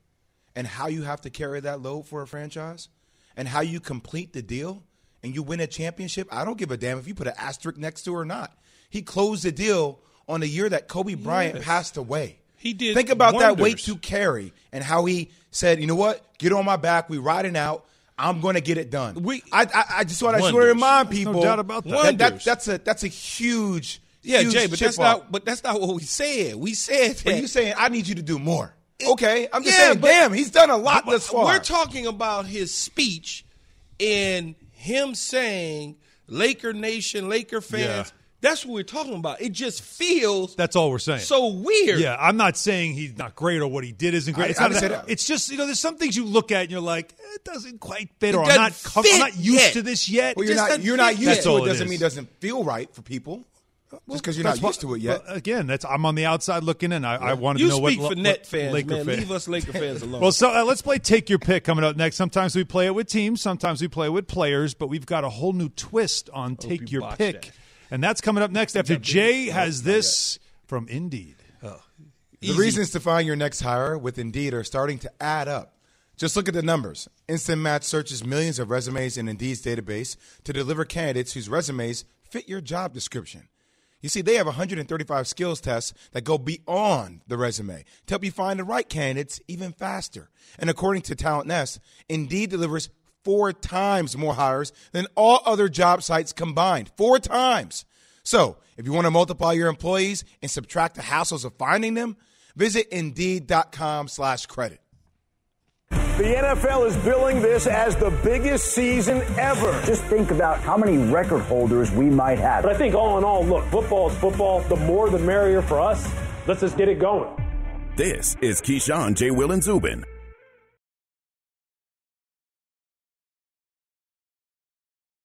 [SPEAKER 10] And how you have to carry that load for a franchise? And how you complete the deal and you win a championship? I don't give a damn if you put an asterisk next to it or not. He closed the deal on the year that Kobe Bryant passed away.
[SPEAKER 3] He did
[SPEAKER 10] Think about that weight
[SPEAKER 3] wonders.
[SPEAKER 10] to carry and how he said, you know what, get on my back, we riding out.
[SPEAKER 12] I'm going to get it done. We, I, I, I just want I just want to
[SPEAKER 3] Wonders.
[SPEAKER 12] remind
[SPEAKER 3] No
[SPEAKER 12] people.
[SPEAKER 3] doubt about that.
[SPEAKER 12] that- that-
[SPEAKER 3] Wonders.
[SPEAKER 12] that's a that's a huge
[SPEAKER 3] Yeah,
[SPEAKER 12] huge
[SPEAKER 3] Jay, but
[SPEAKER 12] chip
[SPEAKER 3] that's
[SPEAKER 12] off.
[SPEAKER 3] not but that's not what we said. We said
[SPEAKER 12] But
[SPEAKER 3] that
[SPEAKER 12] you saying I need you to do more. Okay, I'm just
[SPEAKER 3] Yeah,
[SPEAKER 12] saying.
[SPEAKER 3] but-
[SPEAKER 12] Damn, he's done a lot thus far.
[SPEAKER 3] We're talking about his speech and him saying Laker Nation, Laker fans.
[SPEAKER 2] Yeah.
[SPEAKER 3] That's what we're talking about. It just feels
[SPEAKER 2] That's all we're saying.
[SPEAKER 3] so weird.
[SPEAKER 2] Yeah, I'm not saying he's not great or what he did isn't great.
[SPEAKER 3] I-
[SPEAKER 2] it's,
[SPEAKER 3] I
[SPEAKER 2] not
[SPEAKER 3] just
[SPEAKER 2] that.
[SPEAKER 3] said-
[SPEAKER 2] it's just you know, there's some things you look at and you're like, eh, it doesn't quite fit,
[SPEAKER 3] It
[SPEAKER 2] or I'm not,
[SPEAKER 3] doesn't
[SPEAKER 2] com- I'm
[SPEAKER 3] fit
[SPEAKER 2] not used
[SPEAKER 3] yet.
[SPEAKER 2] to this yet.
[SPEAKER 12] Well,
[SPEAKER 2] It
[SPEAKER 12] you're
[SPEAKER 2] just
[SPEAKER 12] not
[SPEAKER 2] doesn't
[SPEAKER 12] you're not
[SPEAKER 2] fit
[SPEAKER 12] used
[SPEAKER 2] yet.
[SPEAKER 12] to it. Doesn't mean it doesn't feel right for people. Just because you're not
[SPEAKER 2] That's why-
[SPEAKER 12] used to it yet.
[SPEAKER 2] but Again, that's I'm on the outside looking in. I, I wanted
[SPEAKER 3] You
[SPEAKER 2] to know what
[SPEAKER 3] speak
[SPEAKER 2] lo-
[SPEAKER 3] for
[SPEAKER 2] what
[SPEAKER 3] net fans,
[SPEAKER 2] Laker
[SPEAKER 3] man.
[SPEAKER 2] fan-
[SPEAKER 3] Leave us Laker fans alone.
[SPEAKER 2] Well, so uh, let's play Take Your Pick coming up next. Sometimes we play it with teams, sometimes we play it with players, but we've got a whole new twist on Take
[SPEAKER 3] you
[SPEAKER 2] Your
[SPEAKER 3] botched
[SPEAKER 2] Pick.
[SPEAKER 3] that.
[SPEAKER 2] And that's coming up next after Jay has this from Indeed.
[SPEAKER 12] The reasons to find your next hire with Indeed are starting to add up. Just look at the numbers. Instant Match searches millions of resumes in Indeed's database to deliver candidates whose resumes fit your job description. You see, they have 135 skills tests that go beyond the resume to help you find the right candidates even faster. And according to Talent Nest, Indeed delivers four times more hires than all other job sites combined. Four times. So, if you want to multiply your employees and subtract the hassles of finding them, visit Indeed.com slash credit.
[SPEAKER 13] The NFL is billing this as the biggest season ever.
[SPEAKER 14] Just think about how many record holders we might have.
[SPEAKER 6] But I think all in all, look, football is football. The more the merrier for us. Let's just get it going.
[SPEAKER 1] This is Keyshawn, J. Will, and Zubin.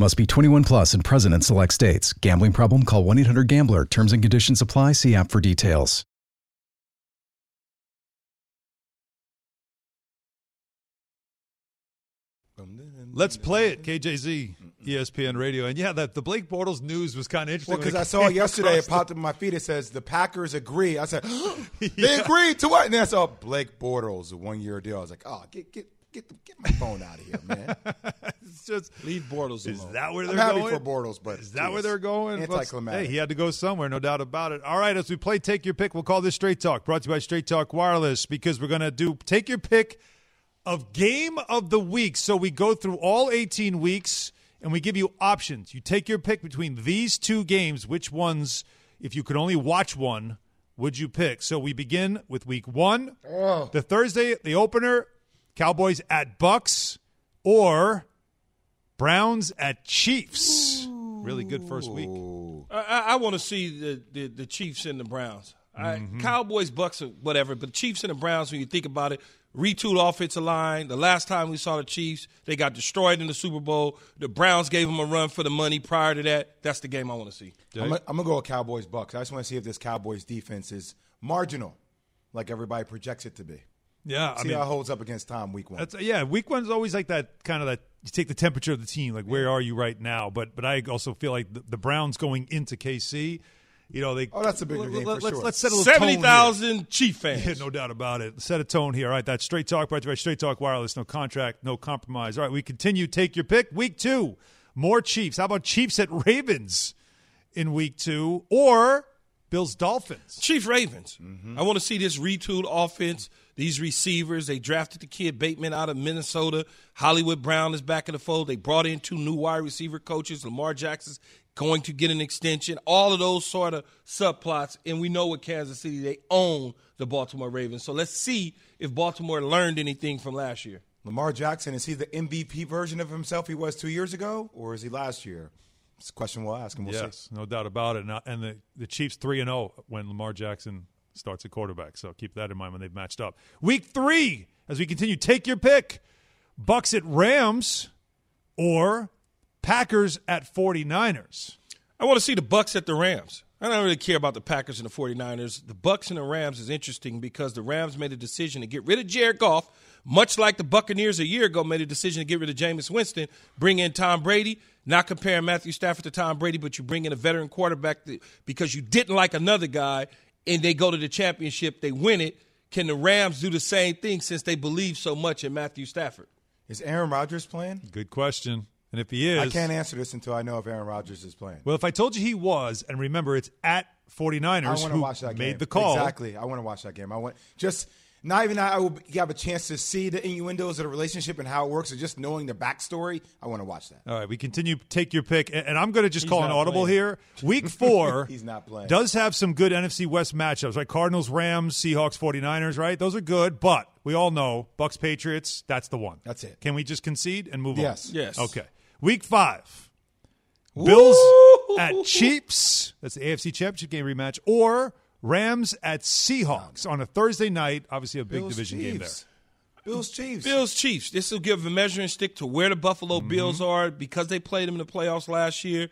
[SPEAKER 5] Must be 21 plus and present in select states. Gambling problem? Call 1 800 Gambler. Terms and conditions apply. See app for details.
[SPEAKER 2] Let's play it, KJZ, ESPN Radio. And yeah, that the Blake Bortles news was kind of interesting.
[SPEAKER 12] Well,
[SPEAKER 2] when
[SPEAKER 12] because I saw
[SPEAKER 2] came
[SPEAKER 12] it yesterday,
[SPEAKER 2] across
[SPEAKER 12] it popped up in my feed. It says the Packers agree. I said, they agree to what? And then I saw Blake Bortles, a one year deal. I was like, oh, get get get, the, get my phone out of here, man.
[SPEAKER 2] it's just
[SPEAKER 3] leave Bortles
[SPEAKER 2] Is that where
[SPEAKER 12] I'm
[SPEAKER 2] they're
[SPEAKER 12] happy
[SPEAKER 2] going?
[SPEAKER 12] for Bortles, but
[SPEAKER 2] is that
[SPEAKER 12] geez,
[SPEAKER 2] where they're going? Well,
[SPEAKER 12] Anticlimactic.
[SPEAKER 2] Hey, he had to go somewhere, no doubt about it. All right, as we play Take Your Pick, we'll call this Straight Talk, brought to you by Straight Talk Wireless, because we're going to do Take Your Pick of Game of the Week. So we go through all 18 weeks and we give you options. You take your pick between these two games. Which ones, if you could only watch one, would you pick? So we begin with week one. The Thursday, the opener, Cowboys at Bucks or Browns at Chiefs. Really good first week.
[SPEAKER 3] I, I, I want to see the, the, the Chiefs and the Browns. I-
[SPEAKER 2] Mhm.
[SPEAKER 3] Cowboys, Bucks, or whatever. But Chiefs and the Browns, when you think about it, retooled offensive line. The last time we saw the Chiefs, they got destroyed in the Super Bowl. The Browns gave them a run for the money prior to that. That's the game I want to see.
[SPEAKER 12] I'm gonna- I'm gonna go with Cowboys Bucks. I just want to see if this Cowboys defense is marginal, like everybody projects it to be.
[SPEAKER 2] Yeah, I
[SPEAKER 12] see
[SPEAKER 2] mean-
[SPEAKER 12] how it holds up against Tom Week One.
[SPEAKER 2] That's yeah. Week one's always like that kind of that. You take the temperature of the team, like where are you right now? But but I also feel like the, the Browns going into KC, you know they.
[SPEAKER 12] Oh, that's a bigger game for
[SPEAKER 2] Let, us
[SPEAKER 12] sure.
[SPEAKER 2] let's settle
[SPEAKER 3] Seventy thousand Chief fans.
[SPEAKER 2] Yeah, no doubt about it. Set a tone here. All right, that's straight talk brought to you by Straight Talk Wireless. No contract, no compromise. All right, we continue. Take your pick. Week two, More Chiefs. How about Chiefs at Ravens in week two or Bills Dolphins?
[SPEAKER 3] Chief Ravens. I want to see this retooled offense. These receivers, they drafted the kid Bateman out of Minnesota. Hollywood Brown is back in the fold. They brought in two new wide receiver coaches. Lamar Jackson's going to get an extension. All of those sort of subplots. And we know with Kansas City, they own the Baltimore Ravens. So let's see if Baltimore learned anything from last year.
[SPEAKER 12] Lamar Jackson, is he the MVP version of himself he was two years ago, or is he last year? It's a question we'll ask, and we'll see.
[SPEAKER 2] yes, no doubt about it. And, uh, And the, the Chiefs 3 and 0 when Lamar Jackson starts at quarterback. So keep that in mind when they've matched up. Week 3 as we continue take your pick. Bucks at Rams or Packers at 49ers.
[SPEAKER 3] I want to see the Bucks at the Rams. I don't really care about the Packers and the 49ers. The Bucks and the Rams is interesting because the Rams made a decision to get rid of Jared Goff, much like the Buccaneers a year ago made a decision to get rid of Jameis Winston, bring in Tom Brady, not comparing Matthew Stafford to Tom Brady, but you bring in a veteran quarterback that- because you didn't like another guy and they go to the championship, they win it. Can the Rams do the same thing since they believe so much in Matthew Stafford?
[SPEAKER 12] Is Aaron Rodgers playing?
[SPEAKER 2] Good question. And if he is,
[SPEAKER 12] I can't answer this until I know if Aaron Rodgers is playing.
[SPEAKER 2] Well, if I told you he was, and remember it's at 49ers
[SPEAKER 12] I want
[SPEAKER 2] who
[SPEAKER 12] to watch that game.
[SPEAKER 2] made the call.
[SPEAKER 12] Exactly. I want to watch that game. I want just not even I will you have a chance to see the innuendos of the relationship and how it works, or just knowing the backstory. I want to watch that.
[SPEAKER 2] All right, we continue. Take your pick, and, and I'm going to just
[SPEAKER 12] He's
[SPEAKER 2] call an
[SPEAKER 12] not
[SPEAKER 2] audible
[SPEAKER 12] playing.
[SPEAKER 2] here. Week four,
[SPEAKER 12] He's not playing.
[SPEAKER 2] Does have some good NFC West matchups, right? Cardinals, Rams, Seahawks, 49ers, right? Those are good, but we all know Bucks, Patriots. That's the one. That's it. Can we just concede and move
[SPEAKER 12] Yes.
[SPEAKER 2] on?
[SPEAKER 12] Yes.
[SPEAKER 2] Okay. Week five, Bills at Chiefs. That's the AFC Championship game rematch, or Rams at Seahawks on a Thursday night. Obviously, a big
[SPEAKER 3] Bills,
[SPEAKER 2] division game there.
[SPEAKER 3] Chiefs.
[SPEAKER 12] Bills Chiefs.
[SPEAKER 3] Bills Chiefs. This will give a measuring stick to where the Buffalo Bills are because they played them in the playoffs last year.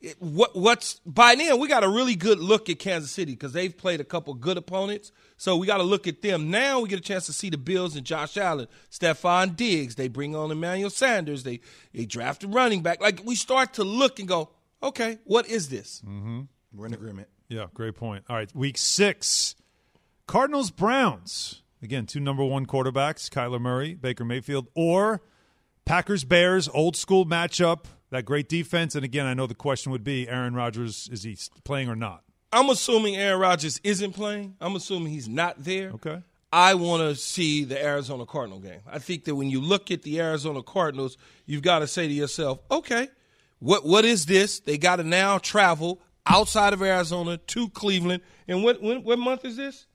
[SPEAKER 3] It- what what's by then we got a really good look at Kansas City because they've played a couple good opponents. So we got to look at them now. We get a chance to see the Bills and Josh Allen, Stephon Diggs. They bring on Emmanuel Sanders. They they draft a running back. Like we start to look and go, okay, what is this?
[SPEAKER 2] Mm-hmm.
[SPEAKER 12] We're in agreement.
[SPEAKER 2] Yeah, great point. All right, week six, Cardinals Browns. Again, two number one quarterbacks, Kyler Murray, Baker Mayfield, or Packers Bears, old school matchup. That great defense, and again, I know the question would be: Aaron Rodgers is he playing or not?
[SPEAKER 3] I'm assuming Aaron Rodgers isn't playing. I'm assuming he's not there.
[SPEAKER 2] Okay.
[SPEAKER 3] I want to see the Arizona Cardinal game. I think that when you look at the Arizona Cardinals, you've got to say to yourself, okay, what what is this? They got to now travel outside of Arizona to Cleveland. And what when, what month is this?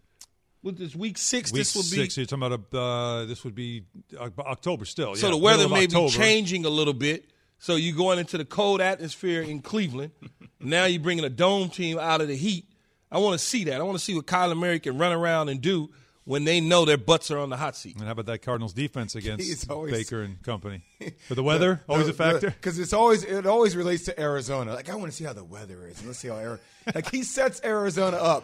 [SPEAKER 3] With this week six,
[SPEAKER 2] Week
[SPEAKER 3] this will be
[SPEAKER 2] six. You're talking about uh, this would be uh, October still.
[SPEAKER 3] so
[SPEAKER 2] yeah,
[SPEAKER 3] the weather
[SPEAKER 2] middle of
[SPEAKER 3] may
[SPEAKER 2] October.
[SPEAKER 3] be changing a little bit. So you're going into the cold atmosphere in Cleveland. now you're bringing a dome team out of the heat. I want to see that. I want to see what Kyler Murray can run around and do when they know their butts are on the hot seat.
[SPEAKER 2] And how about that Cardinals defense against
[SPEAKER 12] He's always-
[SPEAKER 2] Baker and company? But the weather always a factor.
[SPEAKER 12] because it's always it always relates to Arizona. Like I want to see how the weather is. and Let's see how Ari- like he sets Arizona up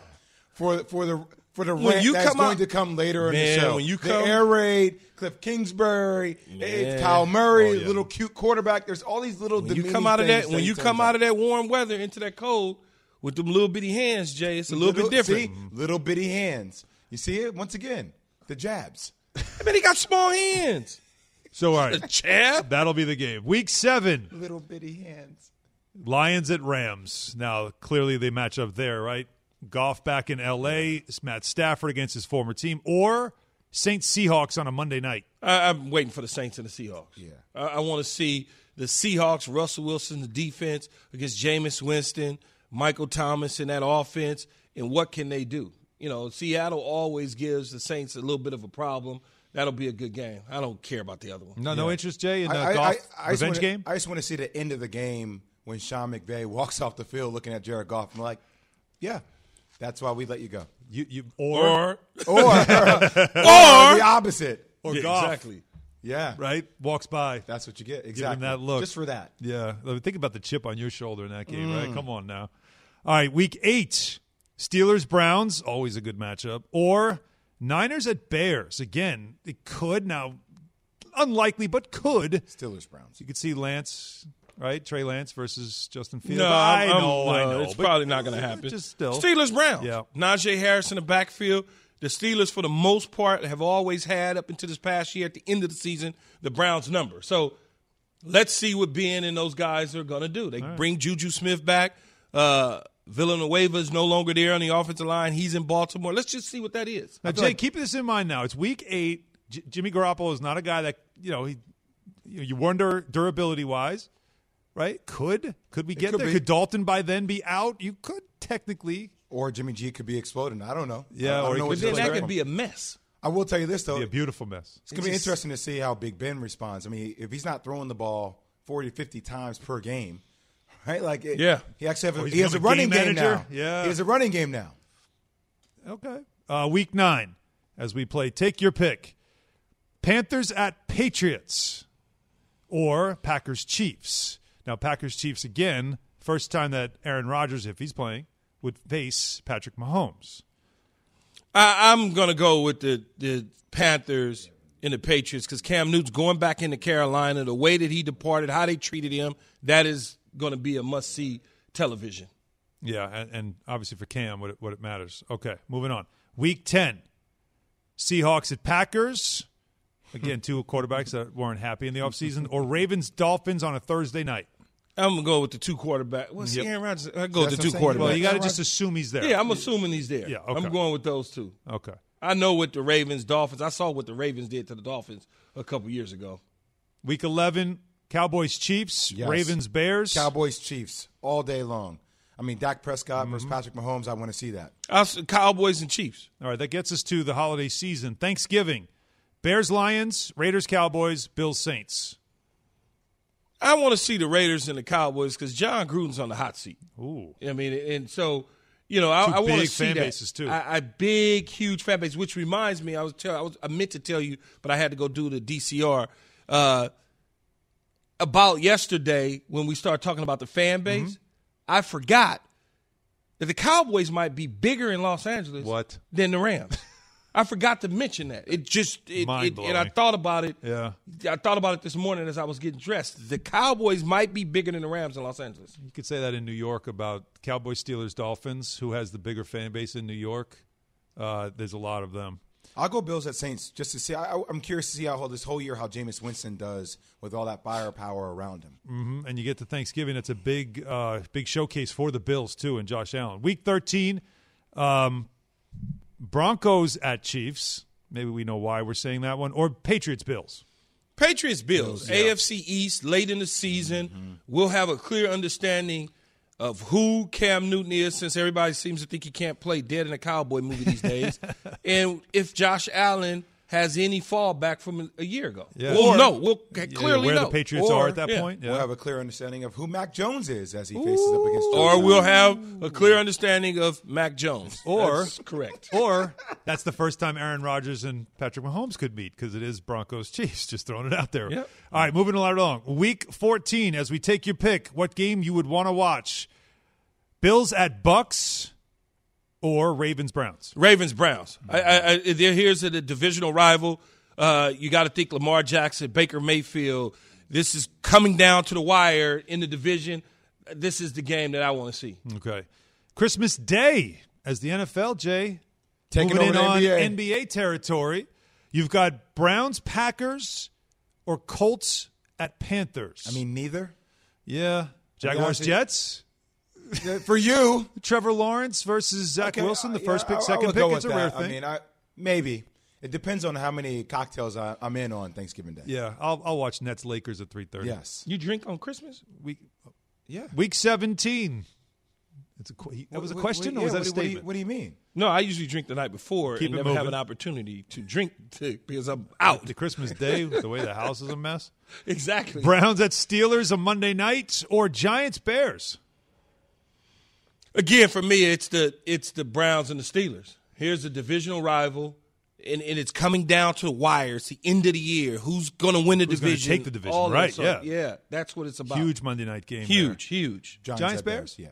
[SPEAKER 12] for for the for the
[SPEAKER 3] When
[SPEAKER 12] rant
[SPEAKER 3] you
[SPEAKER 12] that's
[SPEAKER 3] come
[SPEAKER 12] going
[SPEAKER 3] out-
[SPEAKER 12] to come later in
[SPEAKER 3] Man,
[SPEAKER 12] the show.
[SPEAKER 3] when you
[SPEAKER 12] the
[SPEAKER 3] come-
[SPEAKER 12] air raid, Cliff Kingsbury,
[SPEAKER 3] Yeah.
[SPEAKER 12] Kyle Murray,
[SPEAKER 3] Oh, yeah.
[SPEAKER 12] little cute quarterback. There's all these little
[SPEAKER 3] When you come out of that, when you come out of that warm weather into that cold with them little bitty hands, Jay, it's a little, bit different.
[SPEAKER 12] See? Little bitty hands. You see it once again. The jabs.
[SPEAKER 3] I mean, he got small hands.
[SPEAKER 2] So all right,
[SPEAKER 3] champ.
[SPEAKER 2] That'll be the game. Week seven.
[SPEAKER 12] Little bitty hands.
[SPEAKER 2] Lions at Rams. Now, clearly they match up there, right? Goff back in L.A. It's Matt Stafford against his former team, or Saints Seahawks on a Monday night.
[SPEAKER 3] I, I'm waiting for the Saints and the Seahawks. Yeah, I, I want to see the Seahawks, Russell Wilson, the defense against Jameis Winston, Michael Thomas in that offense, and what can they do? You know, Seattle always gives the Saints a little bit of a problem. That'll be a good game. I don't care about the other one.
[SPEAKER 2] No, no interest, Jay, in
[SPEAKER 12] I-
[SPEAKER 2] the
[SPEAKER 12] I-
[SPEAKER 2] Goff
[SPEAKER 12] I- I just
[SPEAKER 2] revenge
[SPEAKER 12] wanna-
[SPEAKER 2] game.
[SPEAKER 12] I just want to see the end of the game when Sean McVay walks off the field looking at Jared Goff and like, yeah, that's why we let you go.
[SPEAKER 2] You, you or
[SPEAKER 12] or or the opposite
[SPEAKER 2] or
[SPEAKER 12] Yeah,
[SPEAKER 2] Goff.
[SPEAKER 12] exactly. Yeah,
[SPEAKER 2] right. Walks by.
[SPEAKER 12] That's what you get.
[SPEAKER 2] Give him
[SPEAKER 12] Exactly.
[SPEAKER 2] that look
[SPEAKER 12] Just for that.
[SPEAKER 2] Yeah, I mean, think about the chip on your shoulder in that game, right?
[SPEAKER 12] Mm.
[SPEAKER 2] Come on now. All right, Week Eight, Steelers Browns, always a good matchup, or Niners at Bears. Again, it could now, unlikely, but could
[SPEAKER 12] Steelers Browns.
[SPEAKER 2] You could see Lance. Right, Trey Lance versus Justin Fields.
[SPEAKER 3] No,
[SPEAKER 2] I
[SPEAKER 3] I'm-
[SPEAKER 2] know,
[SPEAKER 3] I'm-
[SPEAKER 2] I
[SPEAKER 3] no,
[SPEAKER 2] know.
[SPEAKER 3] It's
[SPEAKER 2] but
[SPEAKER 3] probably not going to happen.
[SPEAKER 2] Just still,
[SPEAKER 3] Steelers Browns.
[SPEAKER 2] Yeah,
[SPEAKER 3] Najee Harris in the backfield. The Steelers, for the most part, have always had up until this past year at the end of the season the Browns' number. So Let's see what Ben and those guys are going to do. They bring Juju Smith back. Uh, Villanueva is no longer there on the offensive line. He's in Baltimore. Let's just see what that is.
[SPEAKER 2] Now,
[SPEAKER 3] I
[SPEAKER 2] Jay,
[SPEAKER 3] feel like-
[SPEAKER 2] keep this in mind now. It's week eight. J- Jimmy Garoppolo is not a guy that you know. He, you you wonder durability wise, right? Could could we get
[SPEAKER 10] could
[SPEAKER 2] there?
[SPEAKER 10] be.
[SPEAKER 2] Could Dalton by then be out? You could technically.
[SPEAKER 10] Or Jimmy G could be exploding. I don't know.
[SPEAKER 2] Yeah,
[SPEAKER 10] I don't
[SPEAKER 2] or he
[SPEAKER 10] know
[SPEAKER 2] could
[SPEAKER 10] what
[SPEAKER 2] just-
[SPEAKER 10] to
[SPEAKER 2] That
[SPEAKER 10] expect
[SPEAKER 2] could
[SPEAKER 10] from
[SPEAKER 2] be
[SPEAKER 3] a mess.
[SPEAKER 10] I will tell you this though,
[SPEAKER 2] be a beautiful mess.
[SPEAKER 10] It's going to be interesting to see how Big Ben responds. I mean, if he's not throwing the ball 40, 50 times per game, right? Like, it,
[SPEAKER 2] Yeah.
[SPEAKER 10] he actually
[SPEAKER 2] Oh,
[SPEAKER 10] has a,
[SPEAKER 2] he's
[SPEAKER 10] he has a
[SPEAKER 2] become a game
[SPEAKER 10] running game,
[SPEAKER 2] manager?
[SPEAKER 10] now.
[SPEAKER 2] Yeah.
[SPEAKER 10] he has a running game now.
[SPEAKER 2] Okay. Uh, week nine, as we play, take your pick: Panthers at Patriots, or Packers Chiefs. Now, Packers Chiefs again, first time that Aaron Rodgers, if he's playing, would face Patrick Mahomes.
[SPEAKER 3] I, I'm going to go with the, the Panthers and the Patriots because Cam Newton's going back into Carolina. The way that he departed, how they treated him, that is going to be a must see television.
[SPEAKER 2] Yeah, and, and obviously for Cam, what it, what it matters. Okay, moving on. Week ten, Seahawks at Packers. Again, two quarterbacks that weren't happy in the offseason, or Ravens Dolphins on a Thursday night.
[SPEAKER 3] I'm gonna go with the two quarterback. What's
[SPEAKER 2] Yep.
[SPEAKER 3] Aaron Rodgers? I go with
[SPEAKER 2] That's
[SPEAKER 3] the
[SPEAKER 2] what
[SPEAKER 3] two
[SPEAKER 2] I'm saying.
[SPEAKER 3] quarterbacks.
[SPEAKER 2] Well, you gotta just assume he's there.
[SPEAKER 3] Yeah, I'm assuming he's
[SPEAKER 2] Yeah,
[SPEAKER 3] there. Yeah,
[SPEAKER 2] okay.
[SPEAKER 3] I'm going with those two.
[SPEAKER 2] Okay.
[SPEAKER 3] I know what the Ravens, Dolphins. I saw what the Ravens did to the Dolphins a couple years ago.
[SPEAKER 2] Week eleven, Cowboys Chiefs,
[SPEAKER 10] Yes.
[SPEAKER 2] Ravens Bears.
[SPEAKER 10] Cowboys, Chiefs, all day long. I mean, Dak Prescott versus
[SPEAKER 2] Mm-hmm.
[SPEAKER 10] Patrick Mahomes. I want to see that.
[SPEAKER 3] Us, Cowboys and Chiefs.
[SPEAKER 2] All right, that gets us to the holiday season. Thanksgiving, Bears Lions, Raiders Cowboys, Bills Saints.
[SPEAKER 3] I want to see the Raiders and the Cowboys because John Gruden's on the hot seat.
[SPEAKER 2] Ooh.
[SPEAKER 3] I mean, and so you know, I,
[SPEAKER 2] Two
[SPEAKER 3] I want to
[SPEAKER 2] big
[SPEAKER 3] see
[SPEAKER 2] fan
[SPEAKER 3] that.
[SPEAKER 2] bases, too.
[SPEAKER 3] I, I big, huge fan base. Which reminds me, I was tell, I was I meant to tell you, but I had to go do the DCR uh, about yesterday when we started talking about the fan
[SPEAKER 2] Mm-hmm.
[SPEAKER 3] base. I forgot that the Cowboys might be bigger in Los Angeles
[SPEAKER 2] What?
[SPEAKER 3] than the Rams. I forgot to mention that. It just it, it and I
[SPEAKER 2] Mind-blowing.
[SPEAKER 3] thought about it.
[SPEAKER 2] Yeah.
[SPEAKER 3] I thought about it this morning as I was getting dressed. The Cowboys might be bigger than the Rams in Los Angeles.
[SPEAKER 2] You could say that in New York about Cowboys, Steelers, Dolphins. Who has the bigger fan base in New York? Uh, there's a lot of them.
[SPEAKER 10] I'll go Bills at Saints just to see. I, I- I'm curious to see how this whole year how Jameis Winston does with all that firepower around him.
[SPEAKER 2] hmm And you get to Thanksgiving. It's a big, uh, big showcase for the Bills too, and Josh Allen. Week thirteen, um, Broncos at Chiefs. Maybe we know why we're saying that one. Or Patriots Bills.
[SPEAKER 3] Patriots Bills, AFC East, late in the season. We'll have a clear understanding of who Cam Newton is since everybody seems to think he can't play dead in a cowboy movie these days. and if Josh Allen has any fallback from a year ago.
[SPEAKER 10] Yeah.
[SPEAKER 3] We'll
[SPEAKER 10] Or-
[SPEAKER 3] know. We'll c- clearly know. Or- yeah.
[SPEAKER 10] We'll have a clear understanding of who Mac Jones is as he faces up against. Joe
[SPEAKER 3] Or we'll
[SPEAKER 10] Allen.
[SPEAKER 3] have a clear understanding of Mac Jones.
[SPEAKER 2] Or
[SPEAKER 3] That's correct.
[SPEAKER 2] Or that's the first time Aaron Rodgers and Patrick Mahomes could meet because it is Broncos Chiefs. Just throwing it out there.
[SPEAKER 3] Yep.
[SPEAKER 2] All right, moving right along. Week 14, as we take your pick, what game you would want to watch? Bills at Bucks or Ravens Browns?
[SPEAKER 3] Ravens Browns. I, I, I, there- here's a, the divisional rival. Uh, you got to think Lamar Jackson, Baker Mayfield. This is coming down to the wire in the division. This is the game that I want to see.
[SPEAKER 2] Okay. Christmas Day as the NFL, Jay.
[SPEAKER 3] Taking
[SPEAKER 2] moving in
[SPEAKER 3] over
[SPEAKER 2] on
[SPEAKER 3] the
[SPEAKER 2] NBA. territory. You've got Browns, Packers, or Colts at Panthers. I mean,
[SPEAKER 10] neither.
[SPEAKER 2] Yeah. Jaguars,
[SPEAKER 10] honest, it-
[SPEAKER 2] Jets.
[SPEAKER 10] For you,
[SPEAKER 2] Trevor Lawrence versus Zach
[SPEAKER 10] Okay,
[SPEAKER 2] Wilson, the
[SPEAKER 10] uh,
[SPEAKER 2] first
[SPEAKER 10] yeah,
[SPEAKER 2] pick,
[SPEAKER 10] I- I
[SPEAKER 2] second
[SPEAKER 10] would
[SPEAKER 2] pick.
[SPEAKER 10] go
[SPEAKER 2] It's a
[SPEAKER 10] with
[SPEAKER 2] rare
[SPEAKER 10] that.
[SPEAKER 2] thing.
[SPEAKER 10] I mean, I, maybe it depends on how many cocktails I, I'm in on Thanksgiving Day.
[SPEAKER 2] yeah, I'll, I'll watch Nets Lakers at three thirty.
[SPEAKER 10] Yes.
[SPEAKER 3] You drink on Christmas?
[SPEAKER 2] We,
[SPEAKER 10] yeah.
[SPEAKER 2] Week seventeen. It's a, que- that
[SPEAKER 10] What-
[SPEAKER 2] was a
[SPEAKER 10] what-
[SPEAKER 2] question,
[SPEAKER 10] what-
[SPEAKER 2] or was
[SPEAKER 10] yeah,
[SPEAKER 2] that a
[SPEAKER 10] what do you-
[SPEAKER 2] statement?
[SPEAKER 10] what do you mean?
[SPEAKER 3] No, I usually drink the night before
[SPEAKER 2] Keep
[SPEAKER 3] and
[SPEAKER 2] it
[SPEAKER 3] never have
[SPEAKER 2] moving.
[SPEAKER 3] an opportunity to drink to, because I'm out.
[SPEAKER 2] The Christmas Day, the way the house is a mess.
[SPEAKER 3] Exactly.
[SPEAKER 2] Browns at Steelers on Monday night, or Giants Bears.
[SPEAKER 3] Again, for me, it's the it's the Browns and the Steelers. Here's the divisional rival, and, and it's coming down to the wire. It's the end of the year. Who's going to win the
[SPEAKER 2] Who's gonna
[SPEAKER 3] division?
[SPEAKER 2] take the division,
[SPEAKER 3] all of
[SPEAKER 2] right,
[SPEAKER 3] that.
[SPEAKER 2] yeah.
[SPEAKER 3] yeah. That's what it's about.
[SPEAKER 2] Huge Monday night game.
[SPEAKER 3] Huge, huge.
[SPEAKER 2] Giants,
[SPEAKER 10] at
[SPEAKER 2] Bears.
[SPEAKER 10] Yeah,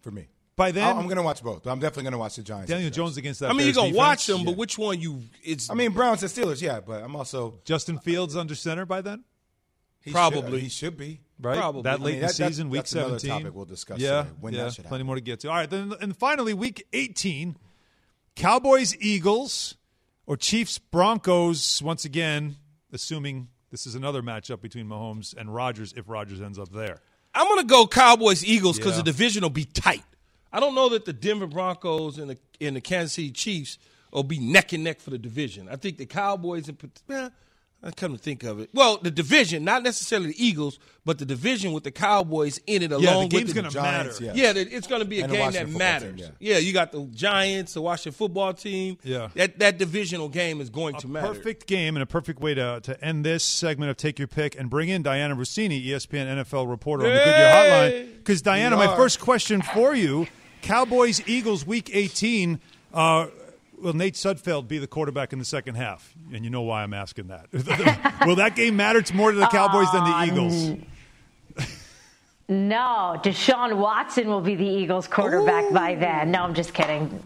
[SPEAKER 10] for me.
[SPEAKER 2] By then-
[SPEAKER 10] I'll- I'm going to watch both. I'm definitely going to watch the Giants.
[SPEAKER 2] Daniel Jones against that.
[SPEAKER 3] I mean, you're
[SPEAKER 2] Bears
[SPEAKER 3] gonna watch
[SPEAKER 2] defense.
[SPEAKER 3] them, but which one you? It's
[SPEAKER 10] I mean, Browns and Steelers. Yeah, but I'm also
[SPEAKER 2] Justin Fields under center by then.
[SPEAKER 10] he
[SPEAKER 3] Probably.
[SPEAKER 10] should, he should be
[SPEAKER 2] right? That
[SPEAKER 10] I mean,
[SPEAKER 2] late in
[SPEAKER 10] that-
[SPEAKER 2] the
[SPEAKER 10] that-
[SPEAKER 2] season, week
[SPEAKER 10] that's another
[SPEAKER 2] 17.
[SPEAKER 10] topic we'll discuss.
[SPEAKER 2] Yeah,
[SPEAKER 10] today, when
[SPEAKER 2] yeah,
[SPEAKER 10] that should happen.
[SPEAKER 2] plenty more to get to. All right, then and finally, week 18, Cowboys, Eagles, or Chiefs, Broncos. Once again, assuming This is another matchup between Mahomes and Rodgers if Rodgers ends up there.
[SPEAKER 3] I'm going to go Cowboys Eagles because
[SPEAKER 2] Yeah.
[SPEAKER 3] the division will be tight. I don't know that the Denver Broncos and the and the Kansas City Chiefs will be neck and neck for the division. I think the Cowboys and pot- eh, I come to think of it, well, the division, not necessarily the Eagles, but the division with the Cowboys in it along
[SPEAKER 2] Yeah, the
[SPEAKER 3] with
[SPEAKER 2] game's
[SPEAKER 3] the
[SPEAKER 2] gonna
[SPEAKER 3] Giants.
[SPEAKER 2] matter.
[SPEAKER 3] Yeah, that- it's going to be a
[SPEAKER 2] And the
[SPEAKER 3] game that
[SPEAKER 2] Washington football team,
[SPEAKER 3] matters. yeah. you got the Giants, the Washington football team.
[SPEAKER 2] Yeah.
[SPEAKER 3] that that divisional game is going to matter.
[SPEAKER 2] Perfect game and a perfect way to, to end this segment of Take Your Pick and bring in Diana Rossini, E ESPN NFL reporter on the
[SPEAKER 3] Hey!
[SPEAKER 2] Goodyear Hotline. Because, Diana,
[SPEAKER 3] We
[SPEAKER 2] my
[SPEAKER 3] are.
[SPEAKER 2] first question for you Cowboys Eagles week 18. Uh, Will Nate Sudfeld be the quarterback in the second half? And you know why I'm asking that. Will that game matter? It's more to the Cowboys than the Eagles.
[SPEAKER 12] No, Deshaun Watson will be the Eagles quarterback by then. No, I'm just kidding.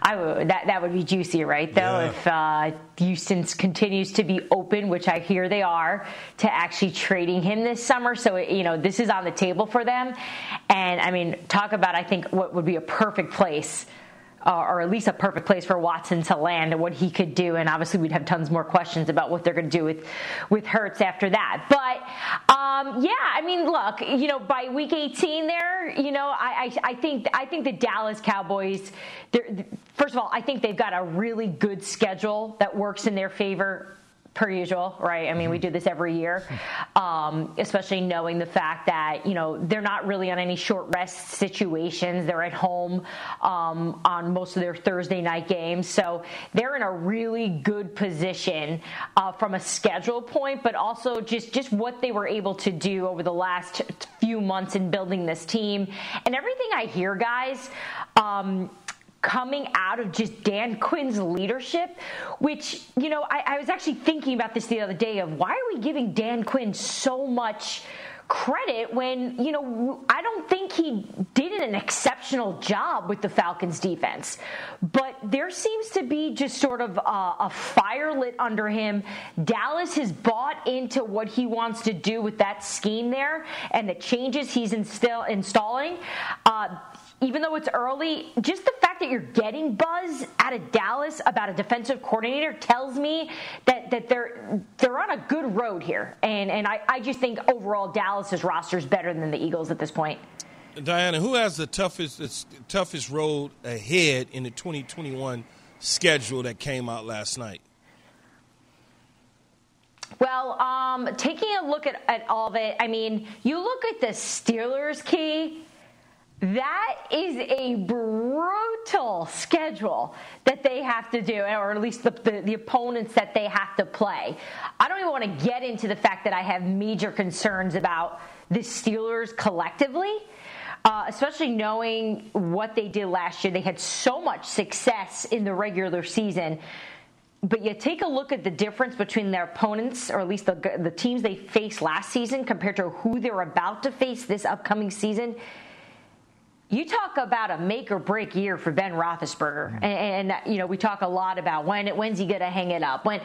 [SPEAKER 12] I would, that that would be juicy, right? Though,
[SPEAKER 15] Yeah.
[SPEAKER 12] if uh, Houston continues to be open, which I hear they are, to actually trading him this summer, so it, you know this is on the table for them. And I mean, talk about I think what would be a perfect place. Uh, or at least a perfect place for Watson to land and what he could do, and obviously we'd have tons more questions about what they're going to do with with Hertz after that. But um, yeah, I mean, look, you know, by week 18, there, you know, I, I, I think I think the Dallas Cowboys. they're- First of all, I think they've got a really good schedule that works in their favor per usual, right? I mean, we do this every year, um, especially knowing the fact that, you know, they're not really on any short rest situations. They're at home um, on most of their Thursday night games. So they're in a really good position uh, from a schedule point, but also just, just what they were able to do over the last few months in building this team. And everything I hear, guys, um, coming out of just Dan Quinn's leadership, which, you know, I, I was actually thinking about this the other day of why are we giving Dan Quinn so much credit when, you know, I don't think he did an exceptional job with the Falcons defense. But there seems to be just sort of a, a fire lit under him. Dallas has bought into what he wants to do with that scheme there and the changes he's instil- installing. Uh, even though it's early, just the fact that you're getting buzz out of Dallas about a defensive coordinator tells me that, that they're they're on a good road here. And and I, I just think overall Dallas's roster is better than the Eagles at this point.
[SPEAKER 3] Diana, who has the toughest the toughest road ahead in the 2021 schedule that came out last night?
[SPEAKER 12] Well, um, taking a look at, at all of it, I mean, you look at the Steelers key. That is a brutal schedule that they have to do, or at least the, the, the opponents that they have to play. I don't even want to get into the fact that I have major concerns about the Steelers collectively. Uh, especially knowing what they did last year, they had so much success in the regular season but you take a look at the difference between their opponents, or at least the, the teams they faced last season, compared to who they're about to face this upcoming season. You talk about a make or break year for Ben Roethlisberger, and, and you know we talk a lot about when when's he going to hang it up. When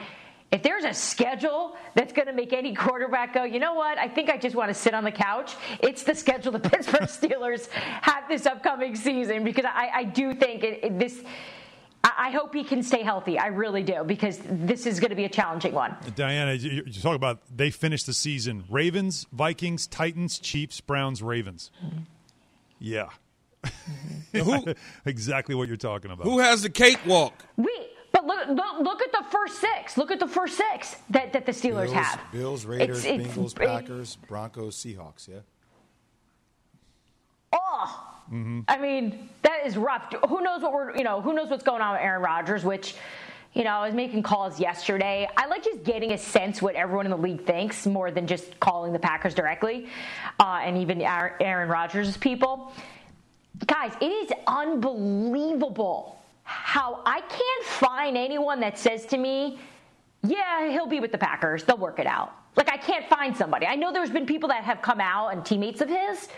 [SPEAKER 12] if there's a schedule that's going to make any quarterback go, you know what? I think I just want to sit on the couch. It's the schedule the Pittsburgh Steelers have this upcoming season because I, I do think it, it- this. I I hope he can stay healthy. I really do because this is going to be a challenging one.
[SPEAKER 2] Diana, you, you talk about they finished the season Ravens, Vikings, Titans, Chiefs, Browns, Ravens. Yeah. exactly what you're talking about.
[SPEAKER 3] Who has the cakewalk?
[SPEAKER 12] Wait, but look, look, look at the first six. Look at the first six that, that the
[SPEAKER 10] Bills,
[SPEAKER 12] Steelers have.
[SPEAKER 10] Bills,
[SPEAKER 12] It's-
[SPEAKER 10] Raiders,
[SPEAKER 12] it's-
[SPEAKER 10] Bengals, Packers, Broncos, Seahawks. Yeah.
[SPEAKER 12] Oh,
[SPEAKER 10] Mm-hmm.
[SPEAKER 12] I mean, that is rough. Who knows what we're, you know, who knows what's going on with Aaron Rodgers, which, you know, I was making calls yesterday. I like just getting a sense what everyone in the league thinks more than just calling the Packers directly uh, and even Aaron Aaron Rodgers' people. Guys, it is unbelievable how I can't find anyone that says to me, yeah, he'll be with the Packers. They'll work it out. Like, I can't find somebody. I know there's been people that have come out and teammates of his,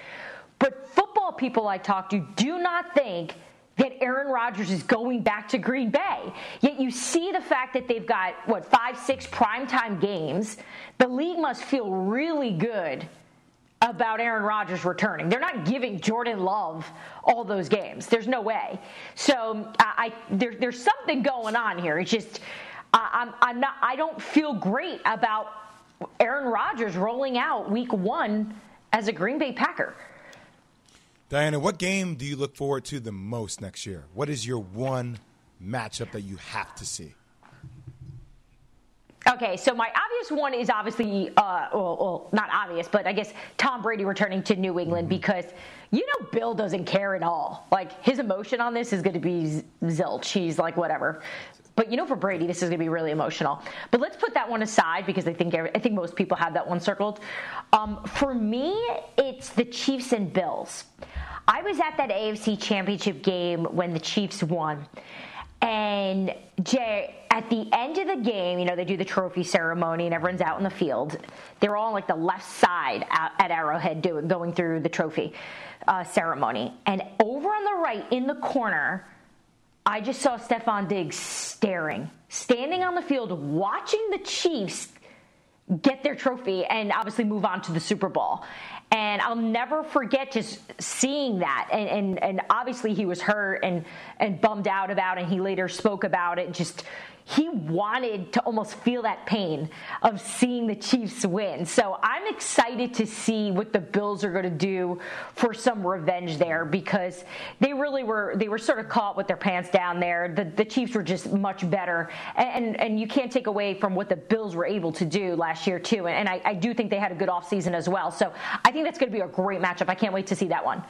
[SPEAKER 12] but football people I talk to do not think that Aaron Rodgers is going back to Green Bay. Yet you see the fact that they've got, what, five, six primetime games. The league must feel really good about Aaron Rodgers returning. They're not giving Jordan Love all those games. There's no way. So I, I there, there's something going on here. It's just I, I'm I'm not I don't feel great about Aaron Rodgers rolling out week one as a Green Bay Packer.
[SPEAKER 10] Diana, what game do you look forward to the most next year? What is your one matchup that you have to see?
[SPEAKER 12] Okay, so my obvious one is obviously, uh, well, well, not obvious, but I guess Tom Brady returning to New England because you know Bill doesn't care at all. Like his emotion on this is going to be z- zilch. He's like whatever. But you know, for Brady, this is going to be really emotional. But let's put that one aside because I think every, I think most people have that one circled. Um, for me, it's the Chiefs and Bills. I was at that AFC Championship game when the Chiefs won. And Jay, at the end of the game, you know, they do the trophy ceremony and everyone's out in the field. They're all on like the left side out at Arrowhead doing, going through the trophy uh, ceremony. And over on the right in the corner, I just saw Stefan Diggs staring, standing on the field, watching the Chiefs get their trophy and obviously move on to the Super Bowl. And I'll never forget just seeing that. And, and, and obviously he was hurt and, and bummed out about it. And he later spoke about it. Just he wanted to almost feel that pain of seeing the Chiefs win. So I'm excited to see what the Bills are going to do for some revenge there because they really were they were sort of caught with their pants down there. The, the Chiefs were just much better, and, and and you can't take away from what the Bills were able to do last year too. And I, I do think they had a good offseason as well. So I think that's going to be a great matchup. I can't wait to see that one.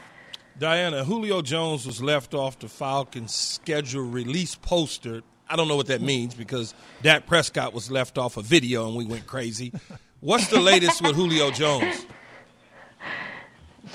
[SPEAKER 3] Diana, Julio Jones was left off the Falcons' schedule release poster. I don't know what that means because Dak Prescott was left off a video and we went crazy. What's the latest with Julio Jones?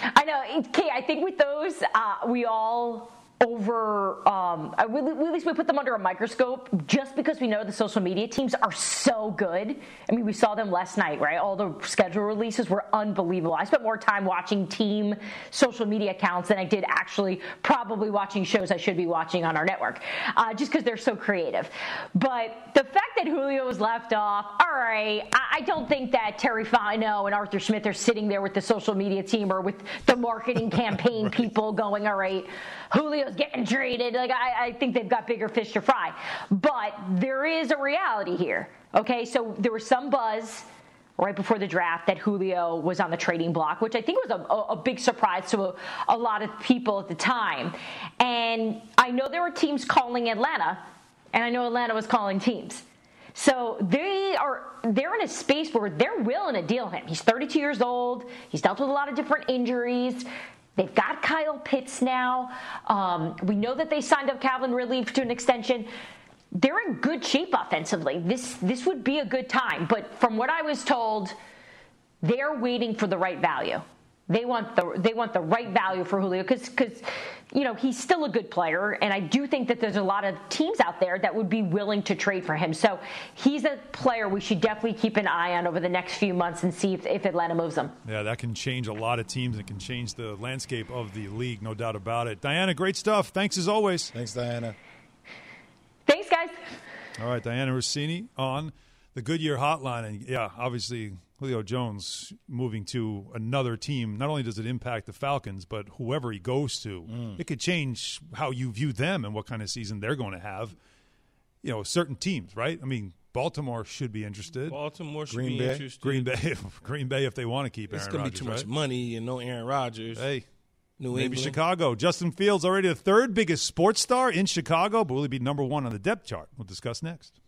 [SPEAKER 12] I know, Kay. I think with those, uh, we all over. Um, I- we, we- at least we put them under a microscope, just because we know the social media teams are so good. I mean, we saw them last night, right? All the schedule releases were unbelievable. I spent more time watching team social media accounts than I did actually probably watching shows I should be watching on our network, uh, just because they're so creative. But the fact that Julio was left off, all right, I, I don't think that Terry Fino and Arthur Smith are sitting there with the social media team or with the marketing campaign people going, all right, Julio's getting traded. Like, I, I think they've got bigger fish to fry. But there is a reality here. Okay, so there was some buzz right before the draft that Julio was on the trading block, which I think was a, a- a big surprise to a, a lot of people at the time. And I know there were teams calling Atlanta, and I know Atlanta was calling teams. So they are they're in a space where they're willing to deal him. He's 32 years old. He's dealt with a lot of different injuries. They've got Kyle Pitts now. Um, we know that they signed up Calvin Ridley to an extension they're in good shape offensively. This this would be a good time, but from what I was told, they're waiting for the right value. They want the they want the right value for Julio because you know he's still a good player, and I do think that there's a lot of teams out there that would be willing to trade for him. So he's a player we should definitely keep an eye on over the next few months and see if, if Atlanta moves him.
[SPEAKER 2] Yeah, that can change a lot of teams. It can change the landscape of the league, no doubt about it. Diana, great stuff. Thanks as always.
[SPEAKER 10] Thanks, Diana.
[SPEAKER 12] Thanks, guys.
[SPEAKER 2] All right, Diana Rossini on the Goodyear Hotline. And yeah, obviously, Julio Jones moving to another team. Not only does it impact the Falcons, but whoever he goes to,
[SPEAKER 3] Mm.
[SPEAKER 2] it could change how you view them and what kind of season they're going to have. You know, certain teams, right? I mean, Baltimore should be interested.
[SPEAKER 3] Baltimore should
[SPEAKER 2] Green
[SPEAKER 3] be
[SPEAKER 2] Bay.
[SPEAKER 3] interested.
[SPEAKER 2] Green Bay, Green Bay, if they want to keep
[SPEAKER 3] It's
[SPEAKER 2] Aaron
[SPEAKER 3] gonna be
[SPEAKER 2] Rodgers,
[SPEAKER 3] too much
[SPEAKER 2] right?
[SPEAKER 3] money and no Aaron Rodgers.
[SPEAKER 2] Hey,
[SPEAKER 3] New
[SPEAKER 2] Maybe
[SPEAKER 3] England.
[SPEAKER 2] Chicago. Justin Fields already the third biggest sports star in Chicago, but will he be number one on the depth chart? We'll discuss next.